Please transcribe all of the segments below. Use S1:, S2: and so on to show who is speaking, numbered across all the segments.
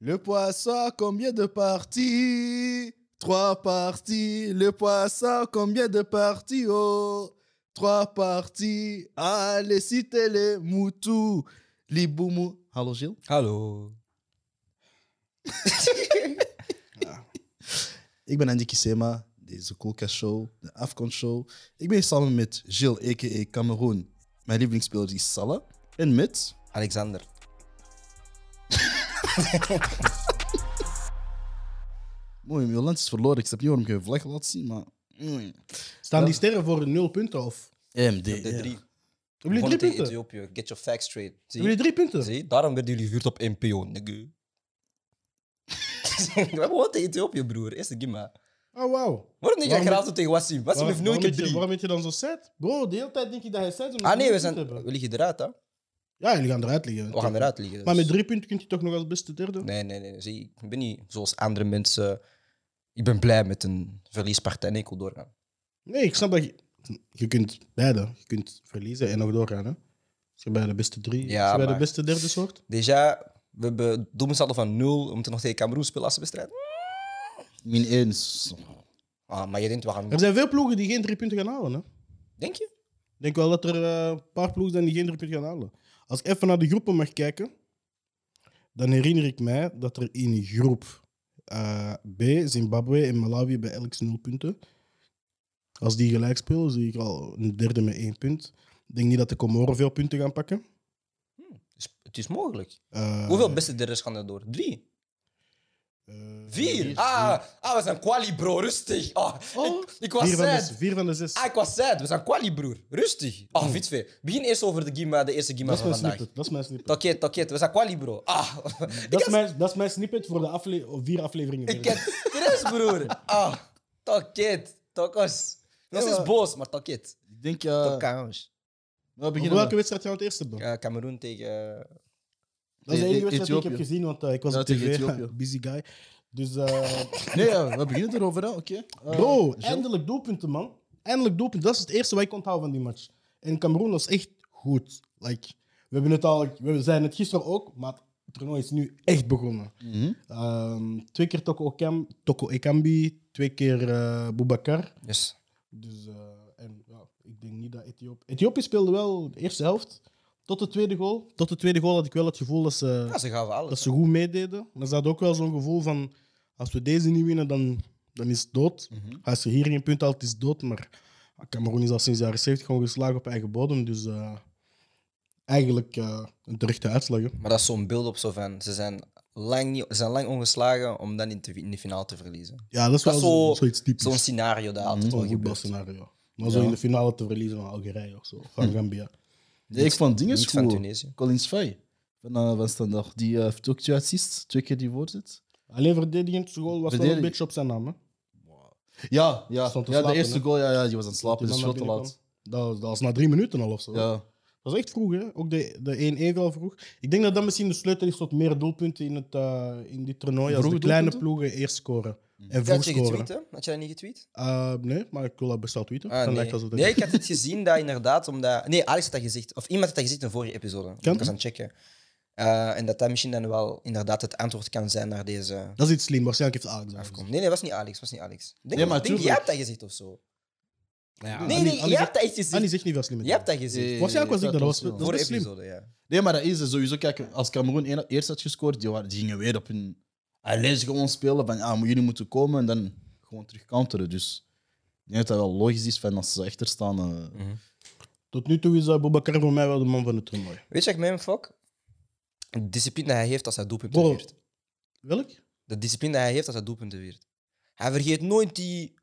S1: Le poisson, combien de parties Trois parties. Le poisson, combien de parties Oh Trois parties. Allez, citez les moutous. Les boumous. Hallo Gilles.
S2: Hallo.
S1: Ik ben Andy Kisema, deze Koolka Show, de Afcon Show. Ik ben hier samen met Gilles, a.k.a. Cameroen. Mijn lievelingsspeler is Salah. En met...
S2: Alexander.
S1: Mooi, mijn land is verloren. Ik snap niet waarom ik een vlag laat zien, maar... Mm.
S3: Staan die sterren voor nul punten of?
S1: MD.
S2: De
S1: ja.
S2: drie.
S3: Hebben jullie
S2: Begonnen tegen
S3: drie punten?
S2: Ethiopië. Get your facts straight. Zie,
S3: Hebben jullie drie punten?
S2: zie, daarom werden jullie gehuurd op NPO. nigga. We hebben gewoon tegen Ethiopië, broer. Eerste game, hè.
S3: Oh, wauw.
S2: Waarom denk jij
S3: Waarom-
S2: geraakt tegen Wassim? Wassim heeft
S3: waarom,
S2: nooit
S3: ben
S2: keer
S3: je,
S2: drie.
S3: waarom ben je dan zo set? Bro, de hele tijd denk ik dat hij set is. omdat
S2: Ah nee, we,
S3: drie
S2: zijn,
S3: punten hebben.
S2: we liggen eruit, hè.
S3: Ja, jullie gaan eruit liggen.
S2: We gaan eruit liggen. dus.
S3: Maar met drie punten kunt je toch nog als beste derde?
S2: Nee, nee, nee. nee. Zie, ik ben niet zoals andere mensen. Ik ben blij met een verliespartij en ik wil doorgaan.
S3: Nee, ik snap dat je... Je kunt beide. Je kunt verliezen en nog doorgaan, hè? Als je bij de beste drie,
S2: Ja,
S3: als je bij
S2: maar-
S3: de beste derde soort.
S2: Déjà, we hebben doelmenssaldo van 0. We moeten nog tegen Cameroen spelen als wedstrijd.
S1: Min 1.
S2: Ah, maar je denkt, we gaan...
S3: Er zijn veel ploegen die geen drie punten gaan halen, hè?
S2: Denk je?
S3: Ik denk wel dat er eh, een paar ploegen zijn die geen drie punten gaan halen. Als ik even naar de groepen mag kijken, dan herinner ik mij dat er in groep eh, B, Zimbabwe en Malawi hebben elk nul punten. Als die gelijk spelen, zie ik al een derde met één punt. Ik denk niet dat de Comoren veel punten gaan pakken.
S2: Dus het is mogelijk.
S3: Eh,
S2: Hoeveel beste derders gaan er door? Drie?
S3: eh,
S2: Vier? Ah, ah, we zijn quali, bro. Rustig. Ah,
S3: Oh.
S2: ik, ik was
S3: vier, van de,
S2: sad.
S3: vier van de zes.
S2: Ah, ik was sad. We zijn quali, broer. Rustig. Ah, fietsvee. Begin eerst over de, gima, de eerste gima
S3: dat is
S2: van
S3: mijn
S2: vandaag.
S3: snippet. Dat is mijn snippet.
S2: Tokket, tokket. We zijn quali, bro. Ah,
S3: Dat is mijn, dat is mijn snippet voor de afle of vier afleveringen.
S2: ik
S3: verder.
S2: heb stress, broer. Ah, tokket. Tokkos. Dat is
S1: maar-
S2: boos, maar tokket.
S1: Ik denk...
S3: Eh.
S1: ja.
S2: Tokkaans.
S1: we
S3: Op
S1: beginnen met-
S3: welke wedstrijd gaan we het eerste doen?
S2: Eh, Cameroen tegen... eh,
S3: Dat is de
S1: E-
S3: enige
S1: E-
S3: wedstrijd die ik heb
S1: Ethiopië.
S3: gezien, want eh, ik was
S1: Ja,
S3: op
S1: tegen
S3: tv.
S1: Ethiopië.
S3: Busy guy. Dus, eh
S1: Nee, ja, we beginnen erover, hè, oké. Eh,
S3: bro,
S1: Gilles?
S3: eindelijk doelpunten, man. Eindelijk doelpunten. Dat is het eerste wat ik onthoud van die match. En Cameroen was echt goed. Like, we, hebben het al, we zijn het gisteren ook, maar het toernooi is nu echt begonnen.
S1: Mhm.
S3: Ehm, twee keer Toko, Okam, Toko Ekambi, twee keer eh Boubacar.
S2: Yes.
S3: Dus, eh, en ja, ik denk niet dat Ethiopië... Ethiopië speelde wel de eerste helft tot de tweede goal. Tot de tweede goal had ik wel het gevoel dat ze...
S2: Ja, ze gaven alles.
S3: dat ze goed meededen. Maar ze hadden ook wel zo'n gevoel van: als we deze niet winnen, dan, dan is het dood. Als ze hier geen punt haalt, is het dood. Maar Cameroen is al sinds de jaren 70 gewoon geslagen op eigen bodem. Dus eh, eigenlijk eh, een terechte uitslag. hè.
S2: Maar dat is zo'n beeld op zo van. Ze zijn lang, niet, ze zijn lang ongeslagen om dan in, te- in de finale te verliezen.
S3: Ja, dat is
S2: Dat
S3: wel
S2: is zo-
S3: zo, zoiets typisch. Mm,
S2: Zo'n scenario dat altijd wel
S3: Zo'n
S2: gebeurt.
S3: voetbalscenario. Maar zo in de finale te verliezen van Algerije of zo, van Gambia.
S1: Nee, ik vond dingen
S2: Niet van
S1: goed.
S2: Tunesië.
S1: Collins Fay van, eh, van Standaard. Die eh, heeft ook twee assists, twee keer die voorzet.
S3: Alleen verdedigend goal was wel een
S1: Verdedig-
S3: beetje op zijn naam. Hè?
S1: Ja, ja,
S3: Stond te
S1: ja de
S3: slapen,
S1: eerste
S3: hè?
S1: goal, ja, ja, die was aan het slapen,
S3: Die
S1: dus
S3: man
S1: veel
S3: naar
S1: te
S3: binnen
S1: laat.
S3: kwam. Dat, was- dat was na drie minuten al of zo.
S1: Ja.
S3: Dat was echt vroeg, hè? Ook de, de 1-1 wel vroeg. Ik denk dat dat misschien de sleutel is tot meer doelpunten in, het, eh, in dit toernooi. Als
S1: Vroege
S3: de kleine
S1: doelpunten?
S3: ploegen eerst scoren. En vroeg
S2: Had je
S3: scoren.
S2: getweet, hè? Had jij dat niet getweet?
S3: Eh, nee, maar ik wil dat best wel tweeten.
S2: Ah,
S3: Dan
S2: nee.
S3: lijkt alsof dat
S2: nee, ik had het gezien dat inderdaad, omdat... Nee, Alex had dat gezegd. Of iemand had dat gezegd in de vorige episode. Ik was aan het checken. Eh, en dat dat misschien dan wel inderdaad het antwoord kan zijn naar deze
S3: Dat is iets slim. Waarschijnlijk heeft Alex dat
S2: afkomst. Nee, nee, was niet Alex. Was niet Alex. Ik Denk,
S1: Nee, maar
S2: ik denk, jij
S1: tuurlijk.
S2: hebt dat gezegd of zo.
S3: Ja,
S2: nee,
S3: Annie-
S2: nee,
S3: Annie
S2: jij
S3: zegt-
S2: hebt dat echt gezegd.
S3: Annie zegt niet veel slim.
S2: Jij hebt dat gezegd.
S1: Nee,
S3: Waarschijnlijk was ik
S1: dat
S3: dat.
S1: was
S3: was-
S1: wel.
S3: Dat
S2: Vorige
S3: is slim.
S2: episode, ja.
S1: Nee, maar dat is het sowieso. Kijk, als Cameroen een- eerst had gescoord, die, waren, die gingen weer op hun alleen gewoon spelen van ja, maar jullie moeten komen en dan gewoon terug counteren. Dus ik denk dat dat wel logisch is van als ze achter staan. eh,
S3: Tot nu toe is uh, Boubacar voor mij wel de man van het toernooi.
S2: Weet je wat ik met hem fok? De discipline die hij heeft als hij doelpunten
S3: Bro.
S2: viert.
S3: Welk?
S2: De discipline die hij heeft als hij doelpunten viert. Hij vergeet nooit die...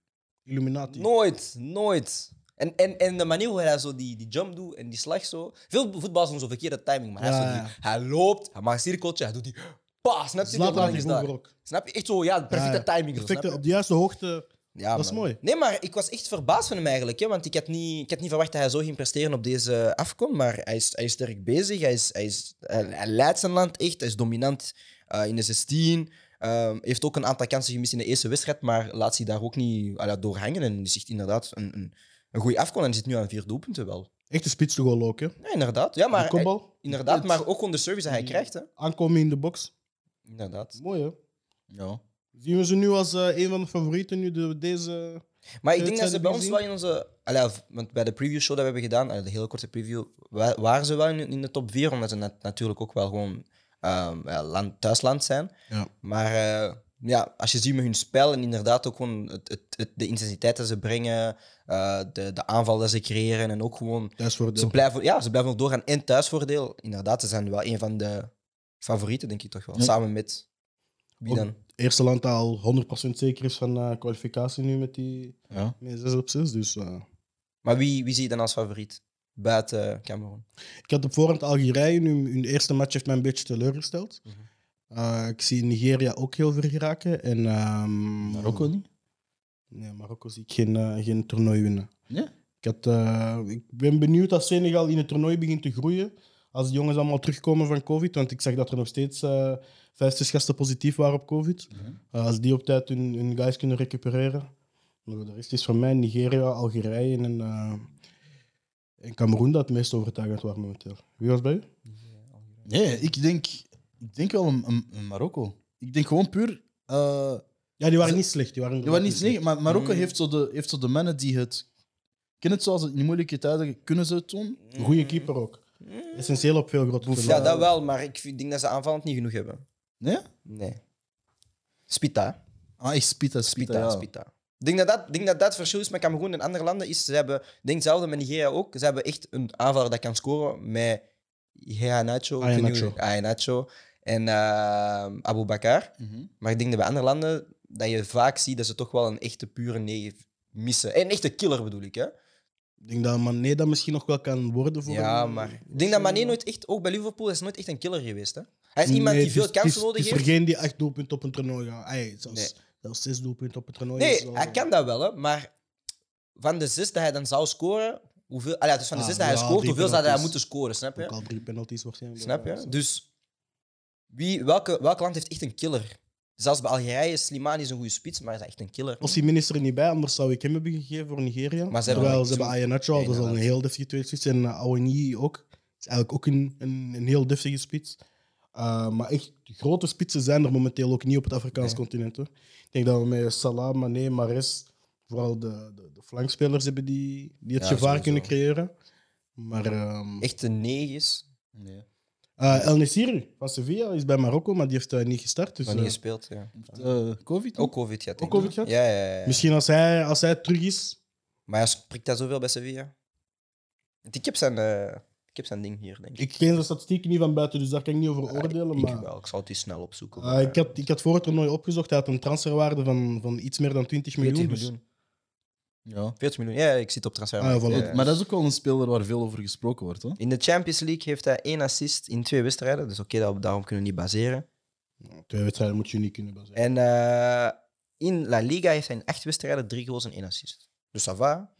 S3: Illuminati.
S2: Nooit, nooit. En, en, en de manier hoe hij zo die, die jump doet en die slag zo. Veel voetballers doen zo'n verkeerde timing, maar hij,
S3: Ja,
S2: is zo
S3: ja.
S2: die, hij loopt, hij maakt een cirkeltje, hij doet die... Pas, snap je? Die
S3: Zlatan
S2: overgang is
S3: vroeger
S2: daar.
S3: ook. Ah,
S2: Snap je? Echt zo, ja, perfecte
S3: Ja,
S2: timing. zo,
S3: Perfecte,
S2: snap je?
S3: op de juiste hoogte.
S2: Ja,
S3: Dat is mooi.
S2: Nee, maar ik was echt verbaasd van hem eigenlijk. Hè, want ik had, niet, ik had niet verwacht dat hij zo ging presteren op deze afkom. Maar hij is, hij is sterk bezig. Hij, is, hij, is, hij, hij leidt zijn land echt. Hij is dominant eh, in de 16. Ehm, heeft ook een aantal kansen gemist in de eerste wedstrijd. Maar laat zich daar ook niet ah ja, door hangen. En is echt inderdaad een, een, een goede afkom. En hij zit nu aan vier doelpunten wel.
S3: Echte spits te goal ook, hè?
S2: Ja, inderdaad. Ja, maar,
S3: de kopbal.
S2: inderdaad, maar ook gewoon de service die hij
S3: Die-
S2: krijgt. Hè.
S3: Aankomen in de box.
S2: Inderdaad.
S3: Mooi, hè?
S2: Ja.
S3: Zien we ze nu als eh, een van de favorieten, nu de, deze...
S2: Maar ik
S3: Het
S2: denk dat
S3: zijn
S2: ze
S3: de
S2: bij ons
S3: bezien-
S2: wel in onze. Allee, of- want bij de preview show dat we hebben gedaan, allee, de hele korte preview, wa- waren ze wel in, in de top 4, omdat ze nat- natuurlijk ook wel gewoon ehm, ja, land, thuisland zijn.
S3: Ja.
S2: Maar eh, ja, als je ziet met hun spel en inderdaad ook gewoon het, het, het- de intensiteit dat ze brengen, eh, de, de aanval dat ze creëren en ook gewoon. Ze
S3: Thuisvoordeel.
S2: blijven, ja, ze blijven ook doorgaan en thuisvoordeel. Inderdaad, ze zijn wel een van de favorieten, denk ik toch wel.
S4: Ja.
S2: Samen met. Wie
S3: Ook-
S2: dan?
S3: Eerste land dat al 100% zeker is van eh, kwalificatie nu met die
S4: Ja.
S3: met 6 op 6. Dus eh,
S2: Maar wie, wie zie je dan als favoriet? Buiten Cameroen.
S3: ik had op voorhand Algerije. Nu, hun eerste match heeft mij een beetje teleurgesteld.
S2: Mhm.
S3: Eh, ik zie Nigeria ook heel ver geraken. En, ehm,
S4: Marokko niet?
S3: Nee, Marokko zie ik geen, eh, geen toernooi winnen.
S4: Nee?
S3: Ik, had, eh, ik ben benieuwd als Senegal in het toernooi begint te groeien. Als de jongens allemaal terugkomen van COVID. Want ik zag dat er nog steeds eh vijf, zes gasten positief waren op COVID.
S4: Mhm.
S3: Eh, als die op tijd hun, hun guys kunnen recupereren. Maar voor de rest is voor mij Nigeria, Algerije en, eh, en Cameroen dat het meest overtuigend waren momenteel. Wie was bij u?
S4: Nee, ik denk, ik denk wel een, een- een Marokko. Ik denk gewoon puur. eh
S3: Ja, die waren
S4: Ze-
S3: niet slecht. Die waren,
S4: er waren niet
S3: inderdaad
S4: slecht, maar Marokko
S2: Mm.
S4: heeft, zo de, heeft zo de mannen die het. Ken het zoals het in moeilijke tijden kunnen ze het doen?
S3: slecht. Goeie keeper ook. Essentieel op veel grote
S2: Ja,
S3: toernooien.
S2: dat wel, maar ik vind- denk dat ze aanvallend niet genoeg hebben.
S4: Nee?
S2: Nee. Spita.
S4: Ah, echt Spita, Spita.
S2: Spita,
S4: ja.
S2: Spita. Ik denk dat dat, ik denk dat dat het verschil is met Cameroen en andere landen. Is, ze hebben, ik denk hetzelfde met Nigeria ook. Ze hebben echt een aanvaller dat kan scoren met Iheanacho.
S3: Iheanacho.
S2: Iheanacho en ehm Abu Bakar.
S4: Mhm.
S2: Maar ik denk dat bij andere landen dat je vaak ziet dat ze toch wel een echte pure negen missen. En Een echte killer bedoel ik, hè?
S3: Ik denk dat Mané dat misschien nog wel kan worden voor
S2: Ja,
S3: een-
S2: maar ik denk dat Mané nooit echt, ook bij Liverpool, hij is nooit echt een killer geweest. Hè? Hij is iemand
S3: Nee,
S2: die veel
S3: het is- het
S2: kansen
S3: is-
S2: nodig
S3: Het is
S2: heeft.
S3: er geen die acht doelpunten op een toernooi gaat. Ay, zelfs,
S2: Nee.
S3: zelfs zes doelpunten op een toernooi. is
S2: Nee,
S3: wel-
S2: hij kan dat wel, hè, maar van de zes dat hij dan zou scoren, hoeveel, allee, dus van de
S3: Ah,
S2: zes dat hij
S3: ja,
S2: scoort,
S3: drie
S2: hoeveel zou hij
S3: penalties.
S2: moeten scoren, snap
S3: Ook
S2: je?
S3: al drie penalties waarschijnlijk.
S2: Snap je? Dus wie, welke, welk land heeft echt een killer? Zelfs bij Algerije, Slimani is een goede spits, maar is hij echt een killer?
S3: Als die minister niet bij, anders zou ik hem hebben gegeven voor Nigeria.
S2: Maar ze hebben
S3: Terwijl
S2: wel
S3: ze hebben
S2: zo-
S3: Ayanacho,
S2: Ja,
S3: dat is al een
S2: inderdaad.
S3: heel deftige tweede spits. En uh, ook. is eigenlijk ook een, een, een heel deftige spits. Uh, maar echt, de grote spitsen zijn er momenteel ook niet op het Afrikaans
S2: Nee.
S3: continent. Hoor. Ik denk dat we met Salah, Mané, Mares, vooral de, de, de flankspelers hebben die, die het
S2: Ja,
S3: gevaar
S2: sowieso.
S3: kunnen creëren. Maar ehm,
S2: Echt een negen is,
S4: Nee.
S3: Eh, El Nessir van Sevilla is bij Marokko, maar die heeft eh, niet gestart. Dus,
S2: nog niet
S3: eh,
S2: gespeeld. Ja.
S4: Eh, COVID?
S2: Ook COVID gehad. denk ik.
S3: Ook COVID gehad?
S2: Ja, ja, ja. ja.
S3: Misschien als hij, als hij terug is.
S2: Maar hij spreekt dat zoveel bij Sevilla. Want Ik heb zijn, eh, ik heb zijn ding hier, denk ik.
S3: Ik ken de statistieken niet van buiten, dus daar kan ik niet over
S2: Ja,
S3: oordelen.
S2: Eh, ik,
S3: maar
S2: wel. ik zal het eens snel opzoeken.
S3: eh, ik, had, ik had voor het toernooi opgezocht. Hij had een transferwaarde van, van iets meer dan 20 miljoen.
S2: 40
S3: dus-
S2: miljoen.
S4: Ja.
S2: 40 miljoen, ja, ik zit op transfer.
S3: Ah, voilà.
S4: Maar- Maar dat is ook wel een speler waar veel over gesproken wordt, hoor.
S2: In de Champions League heeft hij één assist in twee wedstrijden. Dus oké, dat- daarom kunnen we niet baseren.
S3: Twee wedstrijden moet je niet kunnen baseren.
S2: En eh, in La Liga heeft hij in acht wedstrijden drie goals en één assist. Dus ça va.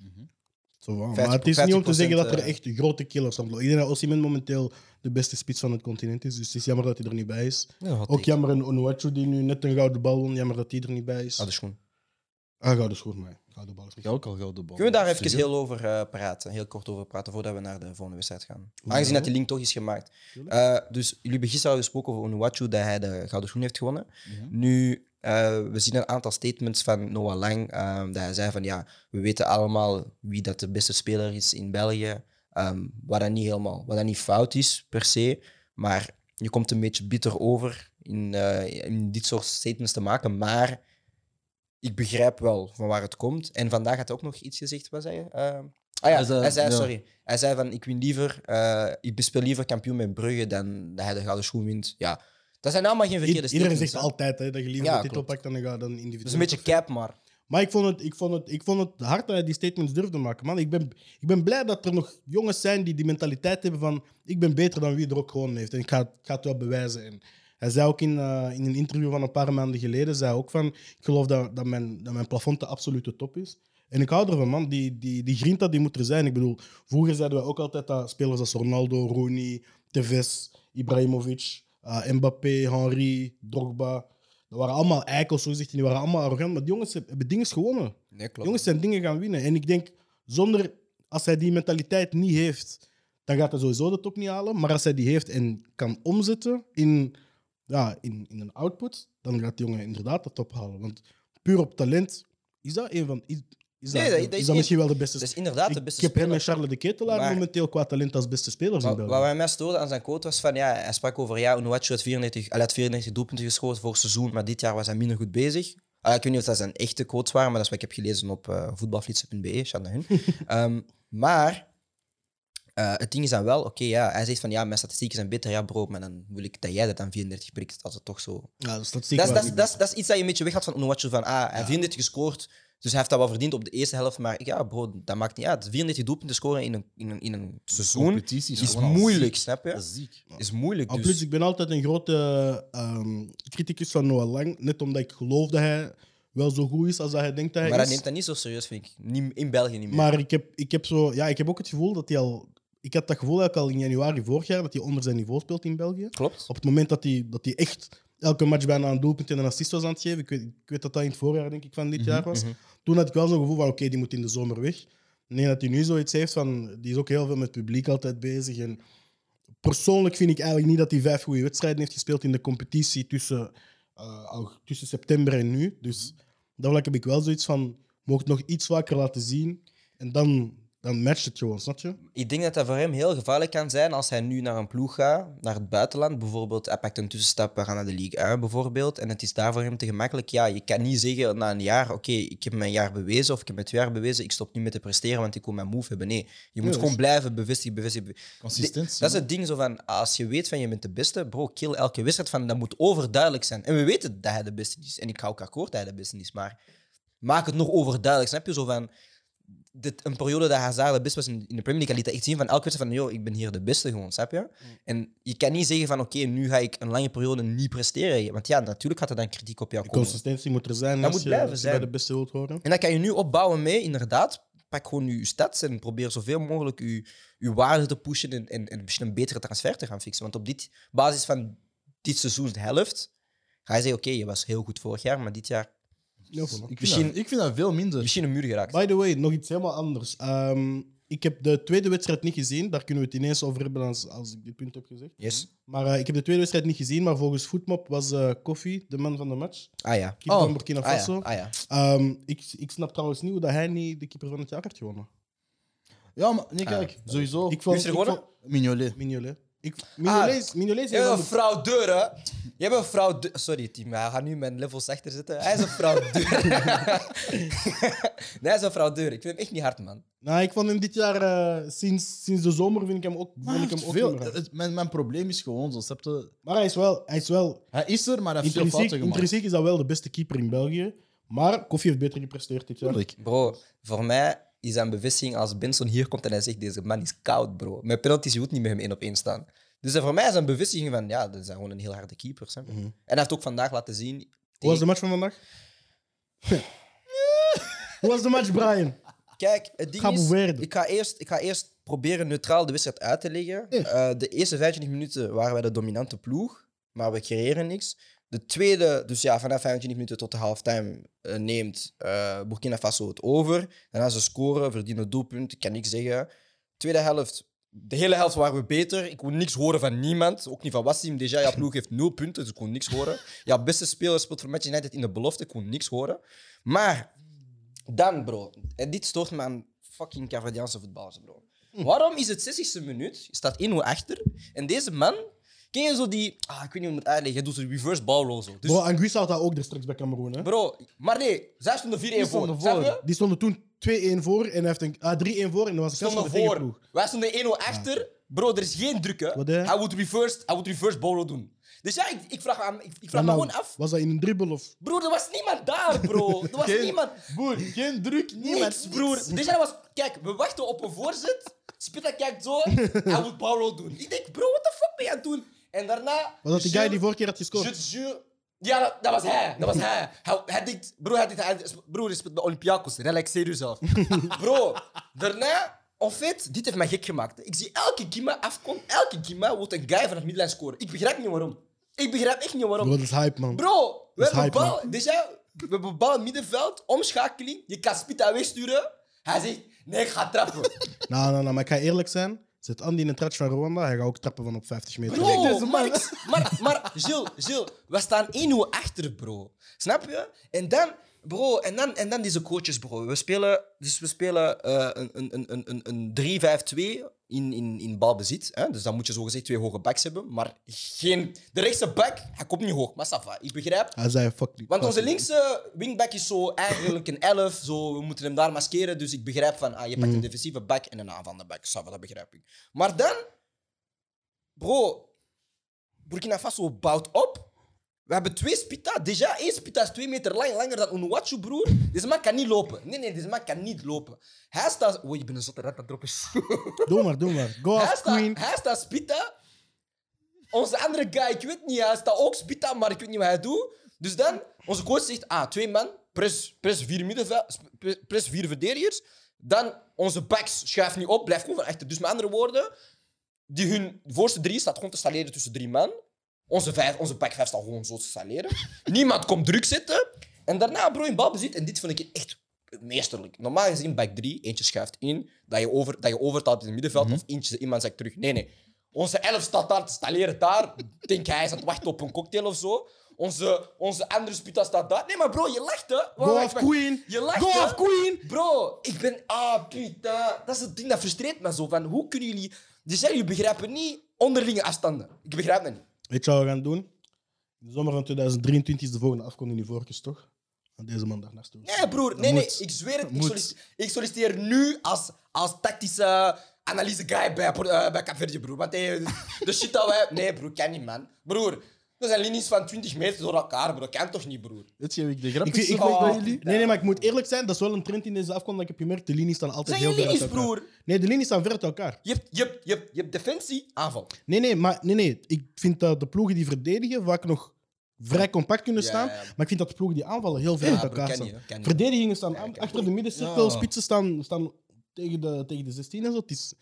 S3: Zo van.
S2: 50
S3: Maar het is niet om te zeggen dat er
S2: eh,
S3: echt grote killers zijn. Ik denk dat Osimhen momenteel de beste spits van het continent is. Dus het is jammer dat hij er niet bij is. Ook jammer een Onuachu die nu net een gouden bal won. Jammer dat hij er niet bij is.
S2: Ah, de schoen.
S3: Ah, gouden schoen, maar gouden bal is niet
S4: Ik ga ook al gouden bal.
S2: Kunnen we daar even
S4: Serieus?
S2: heel over eh, praten, heel kort over praten, voordat we naar de volgende wedstrijd gaan?
S3: Ja.
S2: Aangezien dat die link toch is gemaakt.
S3: Tuurlijk.
S2: Eh, dus jullie hebben gisteren al gesproken over Onuachu, dat hij de gouden schoen heeft gewonnen.
S4: Ja.
S1: Mhm.
S2: Nu, eh, we zien een aantal statements van Noah Lang, ehm, dat hij zei van ja, we weten allemaal wie dat de beste speler is in België. Ehm wat dat niet helemaal, wat dat niet fout is per se, maar je komt een beetje bitter over in, eh, in dit soort statements te maken, maar ik begrijp wel van waar het komt. En vandaag had hij ook nog iets gezegd, wat zei je? Ehm, ah ja,
S4: Hij
S2: hij
S4: zei-
S2: zei,
S4: ja.
S2: sorry. Hij zei van, ik win liever, eh, ik bespeel liever kampioen met Brugge dan dat hij de gouden schoen wint. Ja, dat zijn allemaal geen verkeerde
S3: Ied- Iedereen
S2: statements,
S3: zegt
S2: hè.
S3: altijd hè, dat je liever
S2: Ja,
S3: de titel
S2: klopt.
S3: pakt dan een, dan een individueel.
S2: Dus een beetje
S3: trofee.
S2: cap, maar.
S3: Maar ik vond, het, ik, vond het, ik vond het hard dat hij die statements durfde maken. Man, ik ben, ik ben blij dat er nog jongens zijn die die mentaliteit hebben van ik ben beter dan wie er ook gewonnen heeft. En ik ga, het- ik ga het wel bewijzen. En hij zei ook in, eh, in een interview van een paar maanden geleden, zei hij ook van ik geloof dat, dat, mijn, dat mijn plafond de absolute top is. En ik hou ervan, man. Die, die, die grinta die moet er zijn. Ik bedoel, vroeger zeiden we ook altijd dat spelers als Ronaldo, Rooney, Tevez, Ibrahimovic, eh, Mbappé, Henry, Drogba. Dat waren allemaal eikels, zo gezegd. en Die waren allemaal arrogant. Maar die jongens heb- hebben dingen gewonnen.
S2: Nee, klopt.
S3: Jongens zijn dingen gaan winnen. En ik denk, zonder, als hij die mentaliteit niet heeft, dan gaat hij sowieso de top niet halen. Maar als hij die heeft en kan omzetten in ja, in, in een output, dan gaat die jongen inderdaad de top halen. Want puur op talent is dat een van. Is, is
S2: Nee,
S3: dat,
S2: dat-
S3: is
S2: dat is
S3: dat
S2: niet-
S3: misschien wel de beste
S2: Dat is Dus inderdaad de
S3: ik,
S2: beste
S3: ik heb hem en
S2: speler.
S3: Charles de Ketelaar
S2: Maar-
S3: momenteel qua talent als beste spelers in
S2: Wat,
S3: België.
S2: wat mij mest stoorde aan zijn quote was van, ja, hij sprak over, ja, Onuachu had 94, hij had 94 doelpunten geschoten voor het seizoen, maar dit jaar was hij minder goed bezig. Ah, ik weet niet of dat zijn echte quotes waren, maar dat is wat ik heb gelezen op eh voetbalflitsen.be, shout naar hun. Ehm, maar eh, het ding is dan wel, oké, ja, hij zegt van, ja, mijn statistieken zijn beter, ja bro, maar dan wil ik dat jij dat aan 34 prikt, als het toch zo...
S3: ja, dat is
S2: Dat
S3: statistiek
S2: is,
S3: waar
S2: dat,
S3: ik
S2: is,
S3: niet
S2: dat, is, dat is iets dat je een beetje weg had van Onuachu, van, ah, hij heeft 34 gescoord, dus hij heeft dat wel verdiend op de eerste helft, maar ja bro, dat maakt niet uit. 34 doelpunten scoren in een, in een, in een seizoen
S1: Competitie
S2: is
S1: gewoon al
S2: moeilijk,
S1: ziek.
S2: snap je?
S1: Dat is ziek.
S2: is moeilijk.
S3: En
S2: Dus.
S3: plus, ik ben altijd een grote ehm, criticus van Noah Lang. Net omdat ik geloof dat hij wel zo goed is als dat hij denkt dat hij
S2: maar dat
S3: is.
S2: neemt dat niet zo serieus, vind ik. Niet, in België niet meer.
S3: Maar ik heb, ik, heb zo, ja, ik heb ook het gevoel dat hij al... Ik had dat gevoel eigenlijk al in januari vorig jaar, dat hij onder zijn niveau speelt in België.
S2: Klopt.
S3: Op het moment dat hij, dat hij echt elke match bijna een doelpunt en een assist was aan het geven. Ik weet, ik weet dat dat in het voorjaar denk ik, van
S2: Mhm,
S3: dit jaar was. Toen had ik wel zo'n gevoel van, oké, die moet in de zomer weg. Nee, dat hij nu zoiets heeft van... Die is ook heel veel met het publiek altijd bezig. En persoonlijk vind ik eigenlijk niet dat hij vijf goede wedstrijden heeft gespeeld in de competitie tussen, eh, aug- tussen september en nu. Dus dat vlak heb ik wel zoiets van... Mocht nog iets vaker laten zien. En dan, dan matcht het gewoon, snap je?
S2: Ik denk dat dat voor hem heel gevaarlijk kan zijn als hij nu naar een ploeg gaat, naar het buitenland. Bijvoorbeeld, hij pakt een tussenstap, we gaan naar de League 1 bijvoorbeeld. En het is daar voor hem te gemakkelijk. Ja, je kan niet zeggen na een jaar, oké, ik heb mijn jaar bewezen of ik heb mijn twee jaar bewezen. Ik stop niet met te presteren, want ik wil mijn move hebben. Nee, je moet
S3: dat
S2: gewoon
S3: is-
S2: blijven bevestigen, bevestigen. bevestigen.
S1: Consistentie.
S2: Dat is het ding zo van, als je weet van je bent de beste, bro, kill elke wedstrijd van, dat moet overduidelijk zijn. En we weten dat hij de beste is. En ik hou ook akkoord dat hij de beste is, maar maak het nog overduidelijk. Snap je zo van, dit, een periode dat Hazard de beste was in, in de Premier League, hij liet dat echt zien van elke wedstrijd van, yo, ik ben hier de beste gewoon, snap je? En je kan niet zeggen van, oké, nu ga ik een lange periode niet presteren. Want ja, natuurlijk gaat er dan kritiek op jou
S3: De
S2: komen.
S3: consistentie moet er zijn
S2: Dat
S3: als
S2: moet
S3: je,
S2: blijven
S3: als je
S2: zijn.
S3: bij de beste wilt horen.
S2: En dat kan je nu opbouwen mee, inderdaad. Pak gewoon je stats en probeer zoveel mogelijk je, je waarde te pushen en, en, en misschien een betere transfer te gaan fixen. Want op dit, basis van dit seizoen de helft, ga je zeggen, oké, je was heel goed vorig jaar, maar dit jaar
S3: Ja, voilà.
S1: Ik vind,
S2: Misschien-
S1: dat, ik vind dat veel minder.
S2: misschien een muur geraakt.
S3: By the way, nog iets helemaal anders. Ehm, ik heb de tweede wedstrijd niet gezien. Daar kunnen we het ineens over hebben als, als ik dit punt heb gezegd.
S2: Yes.
S3: Maar eh, ik heb de tweede wedstrijd niet gezien. Maar volgens Footmop was eh Kofi de man van de match.
S2: Ah ja.
S3: Keeper van Burkina
S2: ah,
S3: Faso.
S2: ja. ah ja.
S3: Ehm, ik, ik snap trouwens niet hoe dat hij niet de keeper van het jaar heeft gewonnen.
S1: Ja, maar
S2: Ah.
S1: nee, kijk, sowieso.
S3: Ik
S2: Wie
S3: vond,
S2: is er
S3: ik
S2: gewonnen?
S3: vond
S1: Mignolet.
S3: Mignolet. Ik, Mignolet, is- Mignolet is
S2: Je
S3: een van
S2: bent
S3: de-
S2: een fraudeur, hè? Je bent een fraudeur. Sorry, team, maar hij gaat nu mijn levels achter zitten. Hij is een fraudeur. nee, hij is een fraudeur. Ik vind hem echt niet hard, man.
S3: Nou, ik vond hem dit jaar, eh, sinds, sinds de zomer, vind ik hem ook,
S1: Maar
S3: vond ik hem ook
S1: veel,
S3: niet meer aan.
S1: het- mijn, mijn probleem is gewoon zo. snap je?
S3: Maar hij is wel, hij is wel
S1: Hij is er, maar hij heeft veel
S3: intrinsiek,
S1: fouten gemaakt.
S3: intrinsiek is dat wel de beste keeper in België. Maar Kofi heeft beter gepresteerd dit jaar.
S1: Tuurlijk.
S2: Bro, voor mij is dat een bevestiging als Benson hier komt en hij zegt: Deze man is koud, bro. Mijn penalties, je moet niet met hem één op één staan. Dus dat voor mij is dat een bevestiging van: Ja, dat zijn gewoon een heel harde keepers. Hè. En hij heeft ook vandaag laten zien.
S3: Mhm. Hoe was de
S2: tegen-
S3: match van vandaag? Hoe was de match, Brian?
S2: Kijk, het ding
S3: Ga
S2: is,
S3: bewerken.
S2: ik ga, eerst, ik ga eerst proberen neutraal de wedstrijd uit te leggen.
S3: Ja.
S2: Eh, de eerste 25 minuten waren wij de dominante ploeg, maar we creëren niks. De tweede, dus ja, vanaf 25 minuten tot de halftime eh, neemt eh, Burkina Faso het over. Daarna ze scoren, verdienen doelpunt, kan niks zeggen. Tweede helft, de hele helft waren we beter. Ik kon niks horen van niemand, ook niet van Wassim. Deja, jouw ploeg heeft nul punten, dus ik kon niks horen. Jouw beste speler speelt voor Match United in de belofte, ik kon niks horen. Maar dan, bro. En dit stoort me aan fucking Cavadiaanse voetballers, bro. Waarom is het 60ste minuut, staat 1-0 achter, en deze man... Ken je zo die... Ah, ik weet niet hoe ik het moet uitleggen. Hij doet zo'n reverse ball roll zo. Dus,
S3: Bro, Anguissa had dat ook er straks bij Cameroen. Hè?
S2: bro, maar nee. Zij stonden 4-1 voor.
S1: stonden
S2: snap
S1: voor.
S2: je?
S3: Die stonden toen 2-1 voor en hij heeft een, ah, 3-1 voor en dat was een kans van de
S2: stonden voor.
S3: tegenploeg.
S2: Wij stonden 1-0 achter. Bro, er is geen druk, hè.
S3: Wat, hè?
S2: Hij moet reverse, hij moet reverse ball roll doen. Dus ja, ik, ik vraag, me, aan- ik, ik vraag
S3: En
S2: me
S3: nou,
S2: gewoon af.
S3: Was dat in een dribbel of?
S2: Bro, er was niemand daar, bro. Er was
S1: Geen-
S2: niemand.
S1: Boer, geen druk,
S2: Niks, broer. Dus hij was, kijk, we wachten op een voorzet. Spita kijkt zo, hij moet Paulo doen. Ik denk, bro, what the fuck ben je aan het doen? En daarna...
S3: Was dat de guy die
S2: voor
S3: vorige keer had gescoord?
S2: Ja, dat, dat was hij. Dat was hij. Hij, hij denkt, broer, hij denkt, hij, broer, je speelt bij Olympiakos. Relaxeer jezelf. bro, daarna... Of het, dit heeft mij gek gemaakt. Ik zie elke Gima afkomt, elke Gima wil een guy van het middenlijn scoren. Ik begrijp niet waarom. Ik begrijp echt niet waarom.
S3: Bro, dat is hype, man.
S2: Bro, we
S3: Dat is
S2: hebben
S3: hype,
S2: bal. Dus ja, we hebben bal middenveld, omschakeling. Je kan Spita wegsturen. Hij zegt, nee, ik ga trappen.
S3: Nou, nou, nou, maar ik ga eerlijk zijn. Zet Andy in een trach van Rwanda, hij gaat ook trappen van op 50 meter.
S2: Bro,
S1: Kijk deze man.
S2: Max, maar, maar Gilles, Gilles, we staan 1-0 achter, bro. Snap je? En dan, bro, en dan, en dan deze coaches, bro. We spelen, dus we spelen eh, een, een, een, een, een 3-5-2 in, in, in balbezit. Hè? Dus dan moet je zogezegd twee hoge backs hebben. Maar geen, de rechtse back, hij komt niet hoog. Maar Safa, ik begrijp.
S3: Hij zei, fuck die.
S2: Want
S3: fuck
S2: onze
S3: die.
S2: linkse wingback is zo eigenlijk een 11. Zo, we moeten hem daar maskeren. Dus ik begrijp van, ah, je pakt een defensieve back en een aanvallende back. Sava, dat begrijp ik. Maar dan, bro, Burkina Faso bouwt op. We hebben twee spita. Déjà, één spita is twee meter lang, langer dan Onuwachu, broer. Deze man kan niet lopen. Nee, nee, deze man kan niet lopen. Hij staat... Oh, je bent een zotte rat aan het droppen.
S3: Doe maar, doe maar. Go
S2: Hij
S3: off,
S2: staat,
S3: queen.
S2: hij staat spita. Onze andere guy, ik weet niet, hij staat ook spita, maar ik weet niet wat hij doet. Dus dan, onze coach zegt, ah, twee man, press, press, vier, middenvel- sp- press- press vier verdedigers. Dan, onze backs schuift niet op, blijft gewoon van achter. Dus met andere woorden, die hun voorste drie staat gewoon te saleren tussen drie man. Onze, vijf, onze back vijf staat gewoon zo te saleren. Niemand komt druk zitten. En daarna, bro, in balbezit. En dit vond ik echt meesterlijk. Normaal gezien, back 3, eentje schuift in, dat je, over, dat je overtaalt in het middenveld,
S3: Mhm.
S2: of eentje iemand zegt terug. Nee, nee. Onze elf staat daar te stalleren daar. Ik Denk hij is aan het wachten op een cocktail of zo. Onze, onze andere sputa staat daar. Nee, maar bro, je lacht hè? Wacht,
S3: Go
S2: wacht,
S3: off,
S2: wacht.
S3: queen.
S2: Je lacht
S3: Go
S2: hè?
S3: off, queen.
S2: Bro, ik ben. Ah, puta. Dat is het ding dat frustreert me zo. Van hoe kunnen jullie. Dus ja, jullie begrijpen niet onderlinge afstanden. Ik begrijp dat niet.
S3: Weet je wat we gaan doen? In de zomer van 2023 is de volgende afkondiging in Ivorcus, toch? Aan deze man daarnaast toe.
S2: Nee, broer. Nee, nee. Ik zweer het. Ik
S3: Moet.
S2: solliciteer, ik solliciteer nu als, als tactische analyse guy bij, eh, bij Capverdje, broer. Want hey, de shit dat wij. Nee, broer, kan niet, man. Broer, dat zijn linies van 20 meter door elkaar, bro. Kan toch niet, broer?
S1: Weet je wie ik de Oh. grap
S3: Ik,
S1: is
S3: vind- ik,
S1: van
S3: vind-
S1: bij jullie?
S3: nee, nee, maar ik moet eerlijk zijn, dat is wel een trend in deze afkondiging. Ik heb gemerkt, de linies staan altijd
S2: Zijn je
S3: heel ver uit
S2: linies,
S3: elkaar.
S2: broer?
S3: Nee, de linies staan ver uit elkaar.
S2: Je hebt, je hebt, je hebt, je hebt defensie, aanval.
S3: Nee, nee, maar nee, nee. ik vind dat de ploegen die verdedigen vaak nog vrij compact kunnen
S2: Ja,
S3: staan.
S2: ja.
S3: Maar ik vind dat de ploegen die aanvallen heel ver
S2: Ja,
S3: uit
S2: maar
S3: elkaar
S2: kan
S3: staan.
S2: niet, hè, kan niet.
S3: Verdedigingen staan
S2: Ja,
S3: aan-
S2: kan
S3: achter de middencirkel,
S1: Ja.
S3: spitsen staan, staan tegen, de, tegen de 16 en zo. Het is,